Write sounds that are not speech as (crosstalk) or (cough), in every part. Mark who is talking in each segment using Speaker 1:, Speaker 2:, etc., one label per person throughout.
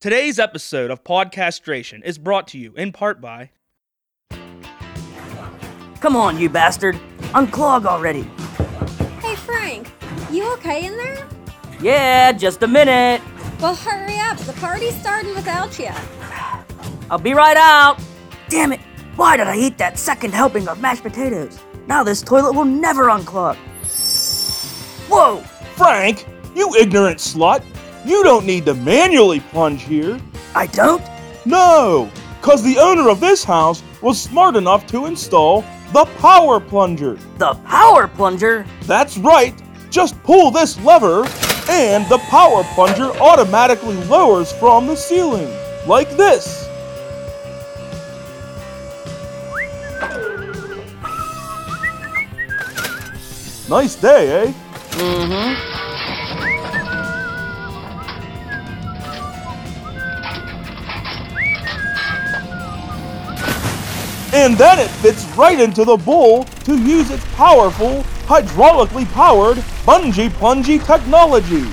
Speaker 1: Today's episode of Podcastration is brought to you in part by
Speaker 2: Come on, you bastard. Unclog already.
Speaker 3: Hey Frank, you okay in there?
Speaker 2: Yeah, just a minute.
Speaker 3: Well, hurry up. The party's starting without you.
Speaker 2: I'll be right out. Damn it. Why did I eat that second helping of mashed potatoes? Now this toilet will never unclog. Whoa!
Speaker 4: Frank, you ignorant slut! You don't need to manually plunge here!
Speaker 2: I don't?
Speaker 4: No! Cause the owner of this house was smart enough to install the power plunger!
Speaker 2: The power plunger?
Speaker 4: That's right! Just pull this lever, and the power plunger automatically lowers from the ceiling, like this! Nice day, eh? and then it fits right into the bowl to use its powerful, hydraulically powered bungee plungy technology.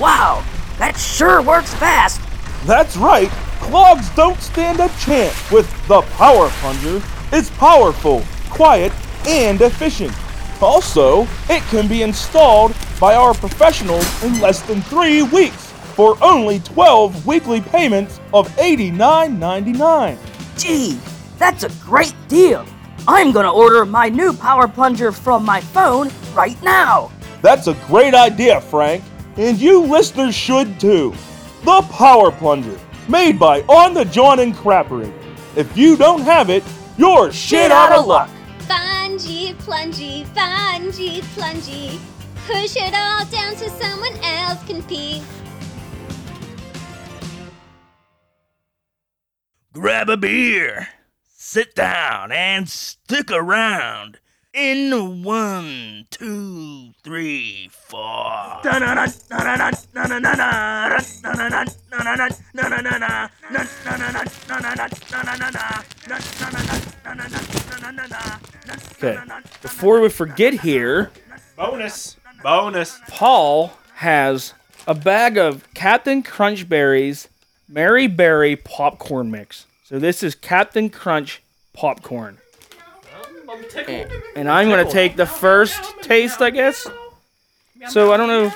Speaker 2: Wow, that sure works fast.
Speaker 4: That's right, clogs don't stand a chance with the power plunger. It's powerful, quiet, and efficient. Also, it can be installed by our professionals in less than three weeks for only 12 weekly payments of $89.99.
Speaker 2: Gee, that's a great deal. I'm gonna order my new power plunger from my phone right now.
Speaker 4: That's a great idea, Frank. And you listeners should too. The Power Plunger, made by On the John Incorporated. If you don't have it, you're shit out of luck.
Speaker 3: Bungee, plungy, bungee, plungy. Push it all down so someone else can pee.
Speaker 5: grab a beer, sit down, and stick around. In one, two, three, four.
Speaker 1: Okay. Before we forget here,
Speaker 6: Bonus. Bonus.
Speaker 1: Paul has a bag of Captain Crunch Berries Mary Berry popcorn mix. So this is Captain Crunch popcorn. And I'm gonna take the first taste, I guess. So I don't know.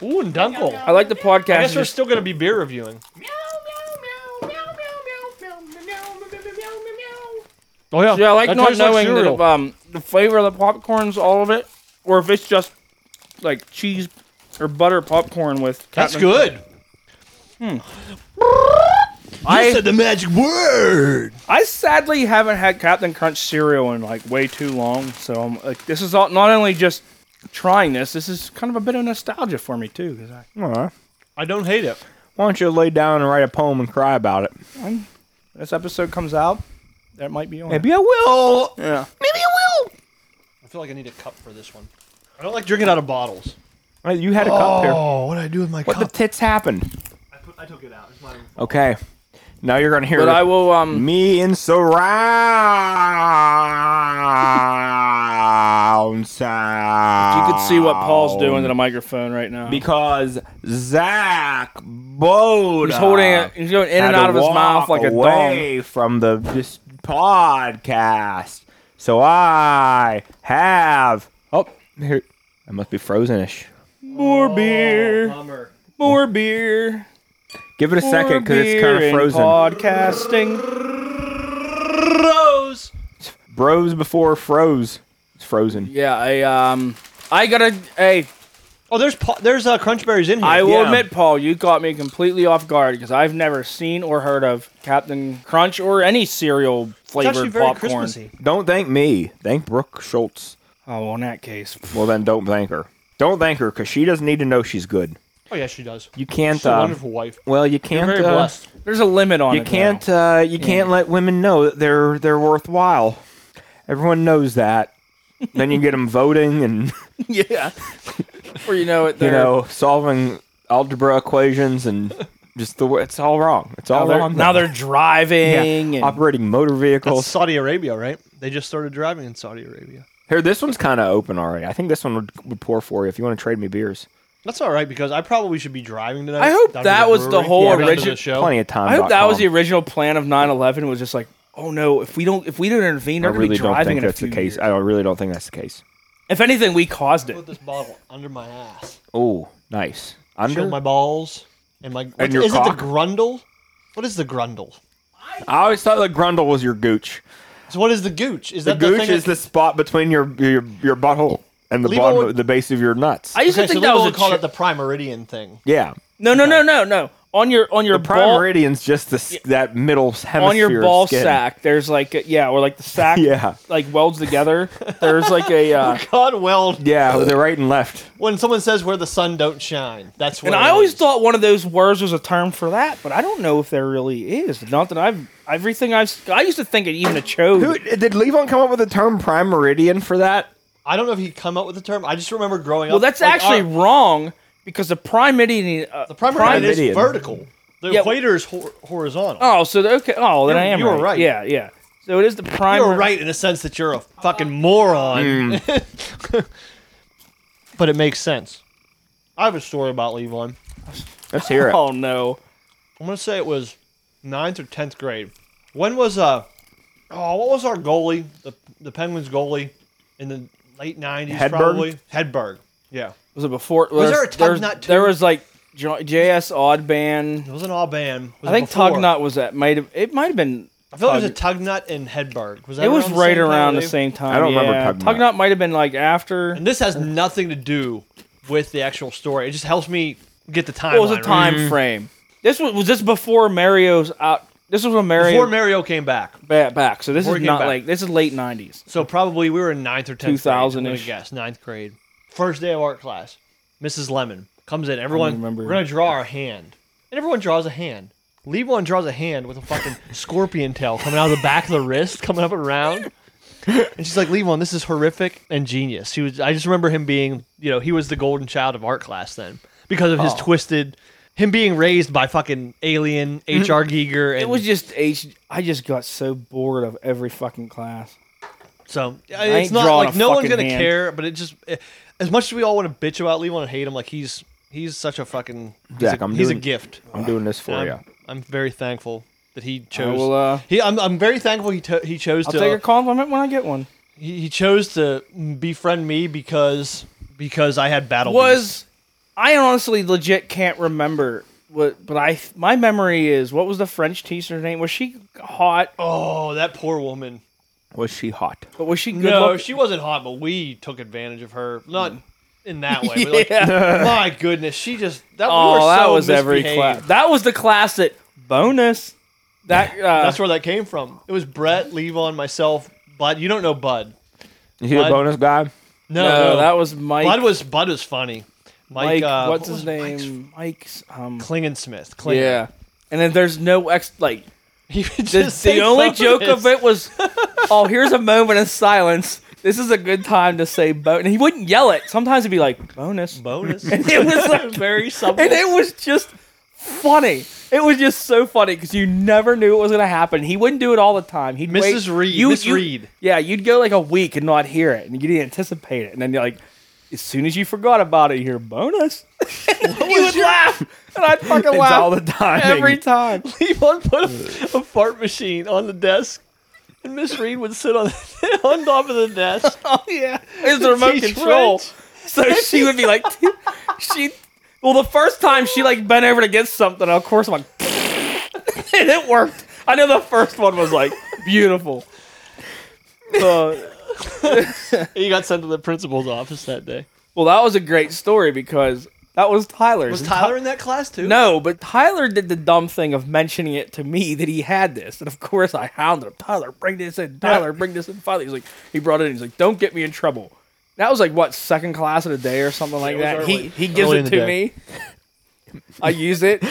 Speaker 6: Ooh, and Dunkel.
Speaker 1: I like the
Speaker 6: I
Speaker 1: podcast.
Speaker 6: guess we're still going to be beer reviewing. Oh, yeah.
Speaker 1: Yeah, I like
Speaker 6: That
Speaker 1: not
Speaker 6: tastes like
Speaker 1: knowing
Speaker 6: cereal.
Speaker 1: the, um, the flavor of the popcorn's all of it, or if it's just like cheese or butter popcorn with.
Speaker 6: That's
Speaker 1: Captain-
Speaker 6: good. Hmm.
Speaker 1: I
Speaker 5: the magic word.
Speaker 1: I sadly haven't had Captain Crunch cereal in like way too long, so I'm like, this is all, not only just trying this, this is kind of a bit of nostalgia for me too. 'cause I,
Speaker 7: Aw.
Speaker 6: I don't hate it.
Speaker 7: Why don't you lay down and write a poem and cry about it?
Speaker 1: this episode comes out, that might be on.
Speaker 7: Maybe I will.
Speaker 1: Yeah.
Speaker 6: I feel like I need a cup for this one. I don't like drinking out of bottles.
Speaker 7: Uh, You had a cup here.
Speaker 5: Oh, what did I do with my
Speaker 7: What the tits happened?
Speaker 6: I, put, I took it out. It's mine.
Speaker 7: Okay. Now you're gonna hear
Speaker 1: But I will. Um.
Speaker 7: me in
Speaker 1: (laughs)
Speaker 7: surround
Speaker 1: You
Speaker 7: sound.
Speaker 1: could see what Paul's doing to the microphone right now.
Speaker 7: because Zach Boda
Speaker 1: He's holding it. He's going in and
Speaker 7: had to
Speaker 1: out of his
Speaker 7: walk
Speaker 1: mouth like a dog.
Speaker 7: away from the this podcast. So I have oh here I must be frozenish.
Speaker 1: More beer.
Speaker 6: Bummer.
Speaker 1: More beer.
Speaker 7: Give it a second because it's kind of frozen.
Speaker 1: Podcasting.
Speaker 6: Rose.
Speaker 7: Bros before froze. It's frozen.
Speaker 1: Yeah. I um. I gotta. Hey,
Speaker 6: Oh, there's pa- there's uh, crunch berries in here.
Speaker 1: I will
Speaker 7: Yeah.
Speaker 1: admit, Paul, you caught me completely off guard because I've never seen or heard of Captain Crunch or any cereal
Speaker 6: it's actually
Speaker 1: flavored
Speaker 6: very
Speaker 1: popcorn.
Speaker 6: Christmassy.
Speaker 7: Don't thank me. Thank Brooke Schultz.
Speaker 1: Oh, well, in that case,
Speaker 7: Well, then don't thank her. Don't thank her because she doesn't need to know she's good.
Speaker 6: Oh yeah, she does.
Speaker 7: You can't.
Speaker 6: She's a
Speaker 7: uh,
Speaker 6: wonderful wife.
Speaker 7: Well, you can't.
Speaker 6: Very
Speaker 7: uh,
Speaker 6: blessed.
Speaker 1: there's a limit on
Speaker 7: You
Speaker 1: it. though.
Speaker 7: can't. Uh, you can't let women know that they're they're worthwhile. Everyone knows that. then you get them voting and
Speaker 1: (laughs)
Speaker 7: (laughs)
Speaker 1: yeah. Before you know it,
Speaker 7: you
Speaker 1: they're-
Speaker 7: know solving algebra equations and just the way it's all wrong. It's
Speaker 1: now
Speaker 7: all
Speaker 1: they're,
Speaker 7: wrong.
Speaker 1: now they're
Speaker 7: Yeah.
Speaker 1: driving. and-
Speaker 7: operating motor
Speaker 6: That's
Speaker 7: vehicles.
Speaker 6: Saudi Arabia, right? They just started driving in Saudi Arabia.
Speaker 7: Here, this one's kind of open already. I think this one would, would pour for you if you want to trade me beers.
Speaker 6: That's all right because I probably should be driving tonight.
Speaker 1: I hope
Speaker 6: down to
Speaker 1: that was the
Speaker 6: brewery,
Speaker 1: whole
Speaker 6: down to
Speaker 1: origin-
Speaker 6: show.
Speaker 7: Plenty of time.
Speaker 1: I hope that was the
Speaker 7: your.
Speaker 1: original plan of 9/11. Was just like, oh no, if we don't, if we don't intervene,
Speaker 7: I
Speaker 1: they're
Speaker 7: really
Speaker 1: gonna be
Speaker 7: don't
Speaker 1: driving
Speaker 7: think
Speaker 1: in a
Speaker 7: that's
Speaker 1: few
Speaker 7: the case.
Speaker 1: years.
Speaker 7: I don't, really don't think that's the case.
Speaker 1: If anything, we caused
Speaker 6: Put
Speaker 1: it.
Speaker 6: this bottle under my ass.
Speaker 7: Oh, nice. Under.
Speaker 6: Show my balls and my. what-
Speaker 7: your
Speaker 6: is it
Speaker 7: cock. the
Speaker 6: the grundle? What is the grundle?
Speaker 7: I always thought the grundle was your gooch.
Speaker 6: So what is the gooch? Is
Speaker 7: The
Speaker 6: that
Speaker 7: gooch
Speaker 6: the thing
Speaker 7: is the spot between your your, your butthole and the
Speaker 6: Leave
Speaker 7: bottom,
Speaker 6: it-
Speaker 7: the base of your nuts.
Speaker 1: I used
Speaker 6: Okay,
Speaker 1: to
Speaker 6: so
Speaker 1: think that was a
Speaker 6: call
Speaker 1: chi-
Speaker 6: it the primeridian thing.
Speaker 7: yeah.
Speaker 1: no, no, no, no, no. On your on your
Speaker 7: The prime
Speaker 1: ball,
Speaker 7: meridian's just the, s- that middle hemisphere.
Speaker 1: on your
Speaker 7: of
Speaker 1: ball
Speaker 7: skin.
Speaker 1: sack, there's like a, yeah, or like the sack
Speaker 7: (laughs) Yeah.
Speaker 1: like welds together. There's like a
Speaker 7: (laughs)
Speaker 1: uh,
Speaker 6: God weld.
Speaker 7: Yeah, with the right and left.
Speaker 6: When someone says where the sun don't shine, that's what.
Speaker 1: and I always thought one of those words was a term for that, but I don't know if there really is. Not that I've everything I've I used to think it even a chode.
Speaker 7: Who did Levon come up with the term prime meridian for that?
Speaker 6: I don't know if he come up with the term. I just remember growing
Speaker 1: well,
Speaker 6: up.
Speaker 1: that's
Speaker 7: uh,
Speaker 6: like,
Speaker 1: actually
Speaker 6: our-
Speaker 1: wrong because the prime meridian. Uh,
Speaker 6: the primeridian
Speaker 1: prime-
Speaker 6: is
Speaker 7: Primeridian.
Speaker 6: vertical. The
Speaker 1: Yeah.
Speaker 6: equator is hor- horizontal.
Speaker 1: Oh, so the- okay. Oh, then
Speaker 6: You-
Speaker 1: I am.
Speaker 6: you were right.
Speaker 1: Yeah, yeah. So it is the prime.
Speaker 6: You're right in the sense that you're a fucking moron. (laughs) but it makes sense. I have a story about Levon.
Speaker 7: Let's hear it.
Speaker 1: Oh no.
Speaker 6: I'm gonna say it was ninth or tenth grade. When was uh oh what was our goalie the the Penguins goalie in the late nineties
Speaker 7: Hedberg?
Speaker 6: probably Hedberg yeah
Speaker 1: Was it before?
Speaker 6: Was there a
Speaker 1: there's-
Speaker 6: Tugnut too?
Speaker 1: There was like J- JS Oddband.
Speaker 6: it was an all band was
Speaker 1: I
Speaker 6: it
Speaker 1: think
Speaker 6: before?
Speaker 1: Tugnut was that. Might have. It might have been.
Speaker 6: I feel like it was a Tugnut and Hedberg was that
Speaker 1: It was
Speaker 6: around the
Speaker 1: right
Speaker 6: same time,
Speaker 1: around the
Speaker 6: Dave?
Speaker 1: same time.
Speaker 7: I don't remember
Speaker 1: yeah.
Speaker 7: Tugnut.
Speaker 1: Tugnut might have been like after.
Speaker 6: and this has nothing to do with the actual story it just helps me get the timeline
Speaker 1: What was the
Speaker 6: right.
Speaker 1: time frame? This was was this before Mario's out. This was when Mario
Speaker 6: before Mario came back
Speaker 1: ba- back. So this
Speaker 6: Before
Speaker 1: is
Speaker 6: he came
Speaker 1: not
Speaker 6: back. Mm-hmm.
Speaker 1: like this is late nineties.
Speaker 6: so probably we were in ninth or tenth grade, I'm gonna
Speaker 1: 2000-ish.
Speaker 6: guess ninth grade first day of art class Mrs Lemon comes in. Everyone,
Speaker 1: remember.
Speaker 6: we're gonna draw our hand, and everyone draws a hand. Levon draws a hand with a
Speaker 1: (laughs)
Speaker 6: fucking scorpion tail coming out of the back of the wrist, coming up around. And she's like, Levon, this is horrific and genius. He was. I just remember him being, you know, he was the golden child of art class then because
Speaker 1: Oh.
Speaker 6: of his twisted, him being raised by fucking
Speaker 1: (laughs)
Speaker 6: alien H.R. Giger. And
Speaker 1: It was just H. I just got so bored of every fucking class.
Speaker 6: So I-
Speaker 1: ain't
Speaker 6: it's not
Speaker 1: drawing
Speaker 6: like
Speaker 1: a
Speaker 6: no one's
Speaker 1: fucking
Speaker 6: gonna
Speaker 1: hand.
Speaker 6: care, but it just it- as much as we all want to bitch about Levon and hate him, like he's he's such a fucking he's,
Speaker 7: Zach,
Speaker 6: a,
Speaker 7: I'm
Speaker 6: he's a
Speaker 7: doing-
Speaker 6: gift.
Speaker 7: I'm doing this for
Speaker 6: I'm,
Speaker 7: you.
Speaker 6: I'm very thankful that he chose.
Speaker 1: will, uh,
Speaker 6: he, I'm, I'm very thankful he to, he chose
Speaker 1: I'll
Speaker 6: to
Speaker 1: take a compliment when I get one.
Speaker 6: he, he chose to befriend me because because I had battle beast.
Speaker 1: Was I honestly legit can't remember what, but I my memory is what was the French teacher's name? Was she hot?
Speaker 6: oh that poor woman.
Speaker 7: Was she hot?
Speaker 1: But was she good?
Speaker 6: No,
Speaker 1: looking?
Speaker 6: she wasn't hot, but we took advantage of her. Not in that way.
Speaker 1: (laughs)
Speaker 6: But like, my goodness, she just that, we were
Speaker 1: Oh, that
Speaker 6: so
Speaker 1: was every class.
Speaker 6: misbehaved.
Speaker 1: That was the class that bonus. That uh,
Speaker 6: (laughs) That's where that came from. It was Brett, Levon, myself, Bud. You don't know Bud.
Speaker 7: Is he
Speaker 6: Bud?
Speaker 7: a bonus guy?
Speaker 6: No,
Speaker 1: no,
Speaker 6: no.
Speaker 1: that was Mike.
Speaker 6: Bud was Bud was funny.
Speaker 1: Mike,
Speaker 6: Mike, uh,
Speaker 1: what's
Speaker 6: what
Speaker 1: his
Speaker 6: was Mike's-
Speaker 1: name? Mike's. Um,
Speaker 6: Klingensmith. Kling.
Speaker 1: yeah. And then there's no ex. Like
Speaker 6: (laughs) He would
Speaker 1: the,
Speaker 6: just say
Speaker 1: the only
Speaker 6: bonus.
Speaker 1: joke of it
Speaker 6: (laughs)
Speaker 1: was, oh, here's a moment of silence. This is a good time to say bonus. And he wouldn't yell it. Sometimes he'd be like bonus. (laughs)
Speaker 6: bonus.
Speaker 1: It was like
Speaker 6: very simple.
Speaker 1: and it was just funny. It was just so funny because you never knew what was gonna happen. He wouldn't do it all the time. He'd wait-
Speaker 6: Mrs. Reed- Miss Reed.
Speaker 1: Yeah, you'd go like a week and not hear it, and you didn't anticipate it, and then you're like, as soon as you forgot about it, you hear bonus. (laughs) you would laugh, and I'd fucking
Speaker 7: It's
Speaker 1: laugh
Speaker 7: all the time.
Speaker 1: every
Speaker 6: (laughs)
Speaker 7: (laughs)
Speaker 1: time.
Speaker 6: Levon put a, a fart machine on the desk, and Miss Reed would sit on on top of the
Speaker 1: (laughs)
Speaker 6: (laughs) desk.
Speaker 1: Oh yeah, it's the remote
Speaker 6: Teach
Speaker 1: control. So
Speaker 6: French.
Speaker 1: she would be like, (laughs) she. Well, the first time she like bent over to get something, and of course I'm like, (laughs) and it worked. I know the first one was like beautiful. Uh,
Speaker 6: He got sent to the principal's office that day.
Speaker 1: well, that was a great story because that was Tyler's.
Speaker 6: Was
Speaker 1: And
Speaker 6: Tyler in that class too?
Speaker 1: Ty- no, but Tyler did the dumb thing of mentioning it to me that he had this, and of course I hounded him. Tyler, bring this in. Tyler, bring this in. Finally, he's like, he brought it in. He's like, don't get me in trouble. That was like what second class of the day or something like
Speaker 6: it was
Speaker 1: that. he
Speaker 6: early-
Speaker 1: he gives
Speaker 6: early in
Speaker 1: it
Speaker 6: the
Speaker 1: to me.
Speaker 6: day.
Speaker 1: I use it.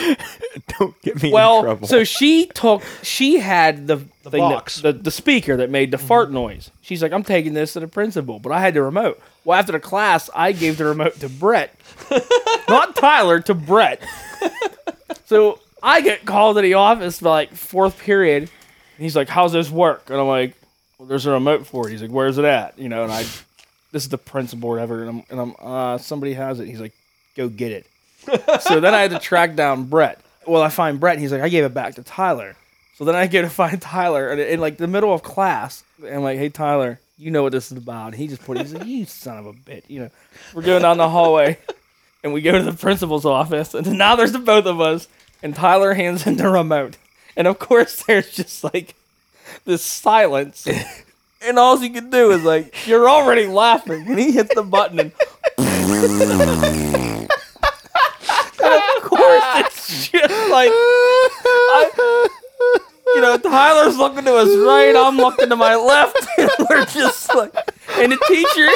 Speaker 7: Don't get me in
Speaker 1: Well,
Speaker 7: trouble.
Speaker 1: so she took, she had the, thing that-
Speaker 6: box.
Speaker 1: the, the speaker that made the fart noise. She's like, I'm taking this to the principal, but I had the remote. Well, after the class, I gave the remote to Brett, not Tyler, to Brett. so I get called to the office by like fourth period, and he's like, How's this work? And I'm like, Well, there's a remote for it. He's like, Where's it at? You know, and I, this is the principal or whatever, and I'm, and I'm uh, somebody has it. He's like, go get it. so then I had to track down Brett. Well, I find Brett, and he's like, I gave it back to Tyler. So then I go to find Tyler, and in like the middle of class, I'm like, Hey Tyler, you know what this is about? And he just put, it- he's like, You son of a bitch, you know. We're going down the hallway, (laughs) and we go to the principal's office, and now there's the both of us, and Tyler hands in the remote, and of course there's just like this silence. And all you can do is like, you're already laughing. And he hits the button and (laughs) of course, it's just like, I, you know, Tyler's looking to his right, I'm looking to my left, (laughs) and we're just like, and the teacher,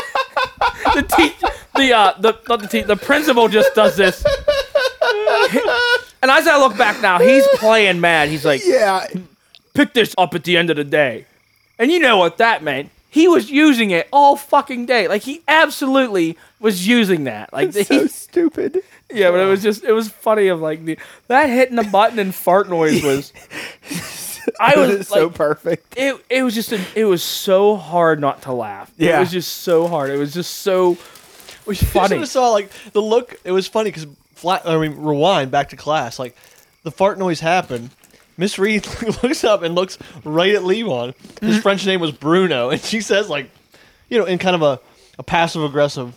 Speaker 1: the teacher, the uh, the not the teacher, the principal just does this. And as I look back now, he's playing mad. He's like,
Speaker 5: Yeah.
Speaker 1: pick this up at the end of the day. And you know what that meant. He was using it all fucking day. Like he absolutely was using that.
Speaker 6: (laughs)
Speaker 1: Like he,
Speaker 7: So stupid.
Speaker 1: (laughs) yeah, but it was just it was funny of like the that hitting the button and fart
Speaker 6: (laughs)
Speaker 1: noise was I was like,
Speaker 7: so perfect.
Speaker 1: it it was just a, it was so hard not to laugh. It
Speaker 7: Yeah.
Speaker 1: was just so hard. It was just so
Speaker 6: We should
Speaker 1: funny.
Speaker 6: have saw like the look. It was funny because flat. I mean, rewind back to class. Like the fart noise happened. Miss Reed (laughs) looks up and looks right at Levon.
Speaker 1: Mm-hmm.
Speaker 6: His French name was Bruno, and she says like, you know, in kind of a, a passive aggressive,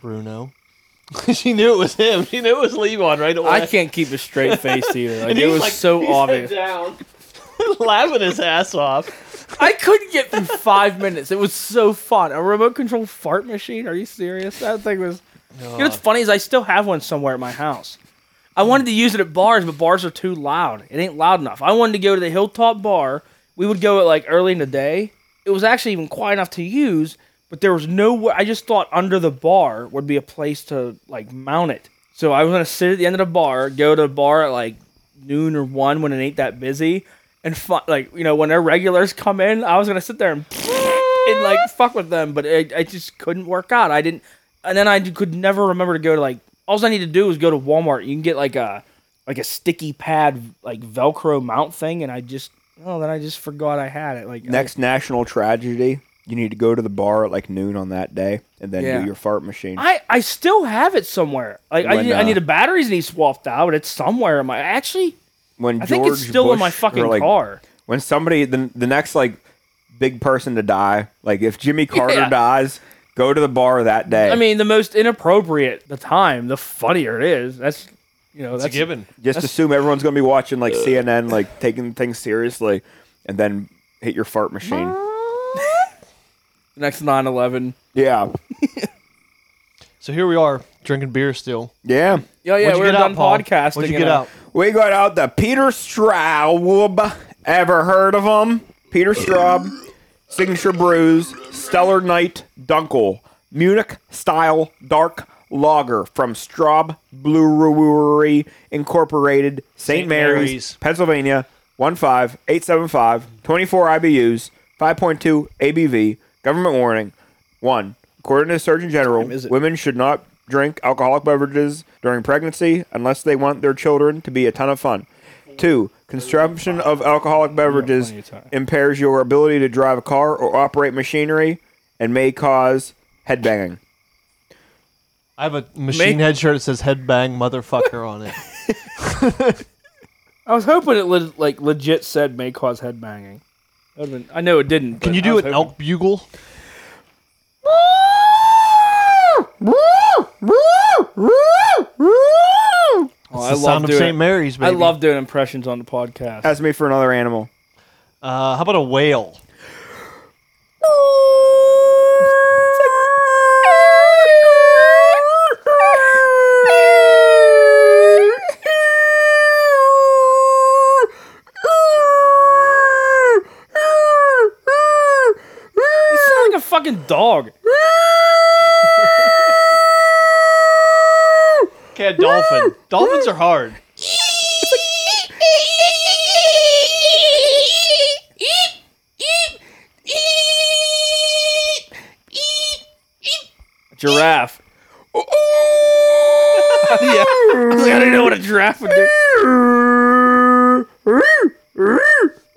Speaker 6: Bruno. (laughs) she knew it was him. She knew it was Levon right away.
Speaker 1: I can't keep a straight face either. Like
Speaker 6: (laughs) And
Speaker 1: it
Speaker 6: he's,
Speaker 1: was
Speaker 6: like,
Speaker 1: so
Speaker 6: he's head
Speaker 1: obvious.
Speaker 6: down, (laughs) laughing his ass off.
Speaker 1: I couldn't get through five minutes. It was so fun. A remote control fart machine? Are you serious? That thing was. You know what's funny is I still have one somewhere at my house. I wanted to use it at bars, but bars are too loud. It ain't loud enough. I wanted to go to the Hilltop Bar. We would go at like early in the day. It was actually even quiet enough to use, but there was no way. I just thought under the bar would be a place to like mount it. So I was gonna sit at the end of the bar, go to the bar at like noon or one when it ain't that busy, and fu- like you know when their regulars come in, I was gonna sit there and and like fuck with them, but I, I just couldn't work out. I didn't, and then I d- could never remember to go to like. All I need to do is go to Walmart. You can get like a like a sticky pad like Velcro mount thing, and I just oh then I just forgot I had it. Like I-
Speaker 7: Next national tragedy, you need to go to the bar at like noon on that day and then
Speaker 1: Yeah.
Speaker 7: do your fart machine.
Speaker 1: I, I still have it somewhere. Like I
Speaker 7: When,
Speaker 1: need, I
Speaker 7: uh,
Speaker 1: need the batteries need swapped out, but it's somewhere in my actually.
Speaker 7: when
Speaker 1: I think it's
Speaker 7: George
Speaker 1: still in my
Speaker 7: Bush- or,
Speaker 1: fucking
Speaker 7: like,
Speaker 1: car.
Speaker 7: When somebody the the next like big person to die, like if Jimmy Carter
Speaker 1: Yeah.
Speaker 7: dies, go to the bar that day.
Speaker 1: I mean, the most inappropriate the time, the funnier it is. That's you know
Speaker 6: It's a
Speaker 1: that's
Speaker 6: given.
Speaker 7: just assume everyone's gonna be watching like CNN, like taking things seriously, and then hit your fart machine.
Speaker 1: next 9-11.
Speaker 7: Yeah,
Speaker 6: So here we are drinking beer still.
Speaker 7: yeah.
Speaker 1: Yeah, yeah,
Speaker 6: What'd you
Speaker 1: we're
Speaker 6: get
Speaker 1: done
Speaker 6: out, Paul?
Speaker 1: podcasting.
Speaker 6: What'd you
Speaker 1: and
Speaker 6: get
Speaker 1: I-
Speaker 6: out?
Speaker 7: We got out the Peter Straub. Ever heard of him? Peter Straub, Signature Brews, Stellar Night Dunkel, Munich Style Dark Lager from Straub Brewery Incorporated, St.
Speaker 6: St.
Speaker 7: Mary's,
Speaker 6: Mary's.
Speaker 7: Pennsylvania, 15875, 24 IBUs, 5.2 ABV, government warning. One, according to the Surgeon General,
Speaker 1: is it?
Speaker 7: women should not drink alcoholic beverages during pregnancy unless they want their children to be a ton of fun. Two, consumption of alcoholic beverages
Speaker 1: plenty of time.
Speaker 7: impairs your ability to drive a car or operate machinery and may cause headbanging.
Speaker 6: I have a machine head shirt that says "Headbang Motherfucker" on it.
Speaker 1: I was hoping it le- like legit said may cause head banging. That would've Been, I know it didn't.
Speaker 6: (laughs) Can you do an elk bugle?
Speaker 1: Oh,
Speaker 6: It's
Speaker 1: I
Speaker 6: the sound
Speaker 1: love
Speaker 6: of
Speaker 1: doing.
Speaker 6: St. Mary's,
Speaker 1: I
Speaker 6: baby.
Speaker 1: love doing impressions on the podcast.
Speaker 7: Ask me for
Speaker 1: (laughs)
Speaker 7: another animal.
Speaker 6: Uh, how about a whale?
Speaker 1: You sound like a fucking dog.
Speaker 6: Okay, a dolphin. Dolphins are hard.
Speaker 1: Giraffe. (laughs) yeah. Like, I didn't know what a giraffe would do.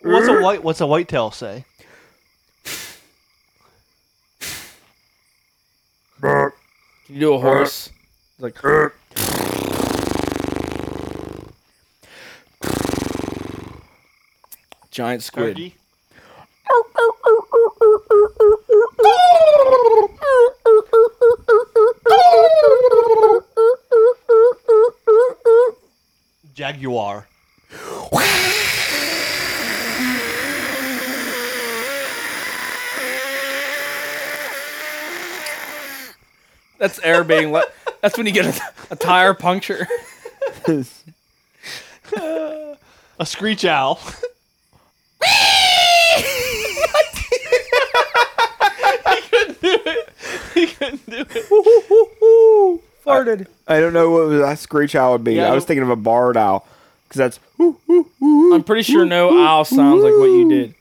Speaker 6: What's a white? What's a whitetail say?
Speaker 1: Can you do a horse? It's like, giant squid.
Speaker 6: Jaguar.
Speaker 1: That's air being let. That's when you get a, a tire puncture.
Speaker 6: A screech owl. (laughs)
Speaker 1: Farted.
Speaker 7: I don't know what that screech owl would be.
Speaker 1: Yeah,
Speaker 7: I was
Speaker 1: but-
Speaker 7: thinking of a barred owl because that's whoo, whoo, whoo.
Speaker 1: I'm pretty sure no owl sounds like what you did.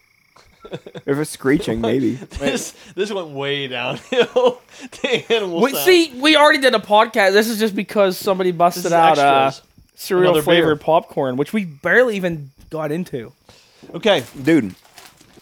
Speaker 7: if it's screeching, maybe.
Speaker 6: this this went way downhill. (laughs) the animal
Speaker 1: We,
Speaker 6: sound.
Speaker 1: see, we already did a podcast. This is just because somebody busted
Speaker 6: This is
Speaker 1: out uh,
Speaker 6: extras.
Speaker 1: cereal
Speaker 6: Another
Speaker 1: flavored
Speaker 6: beer.
Speaker 1: popcorn, which we barely even got into.
Speaker 6: Okay,
Speaker 7: Dude,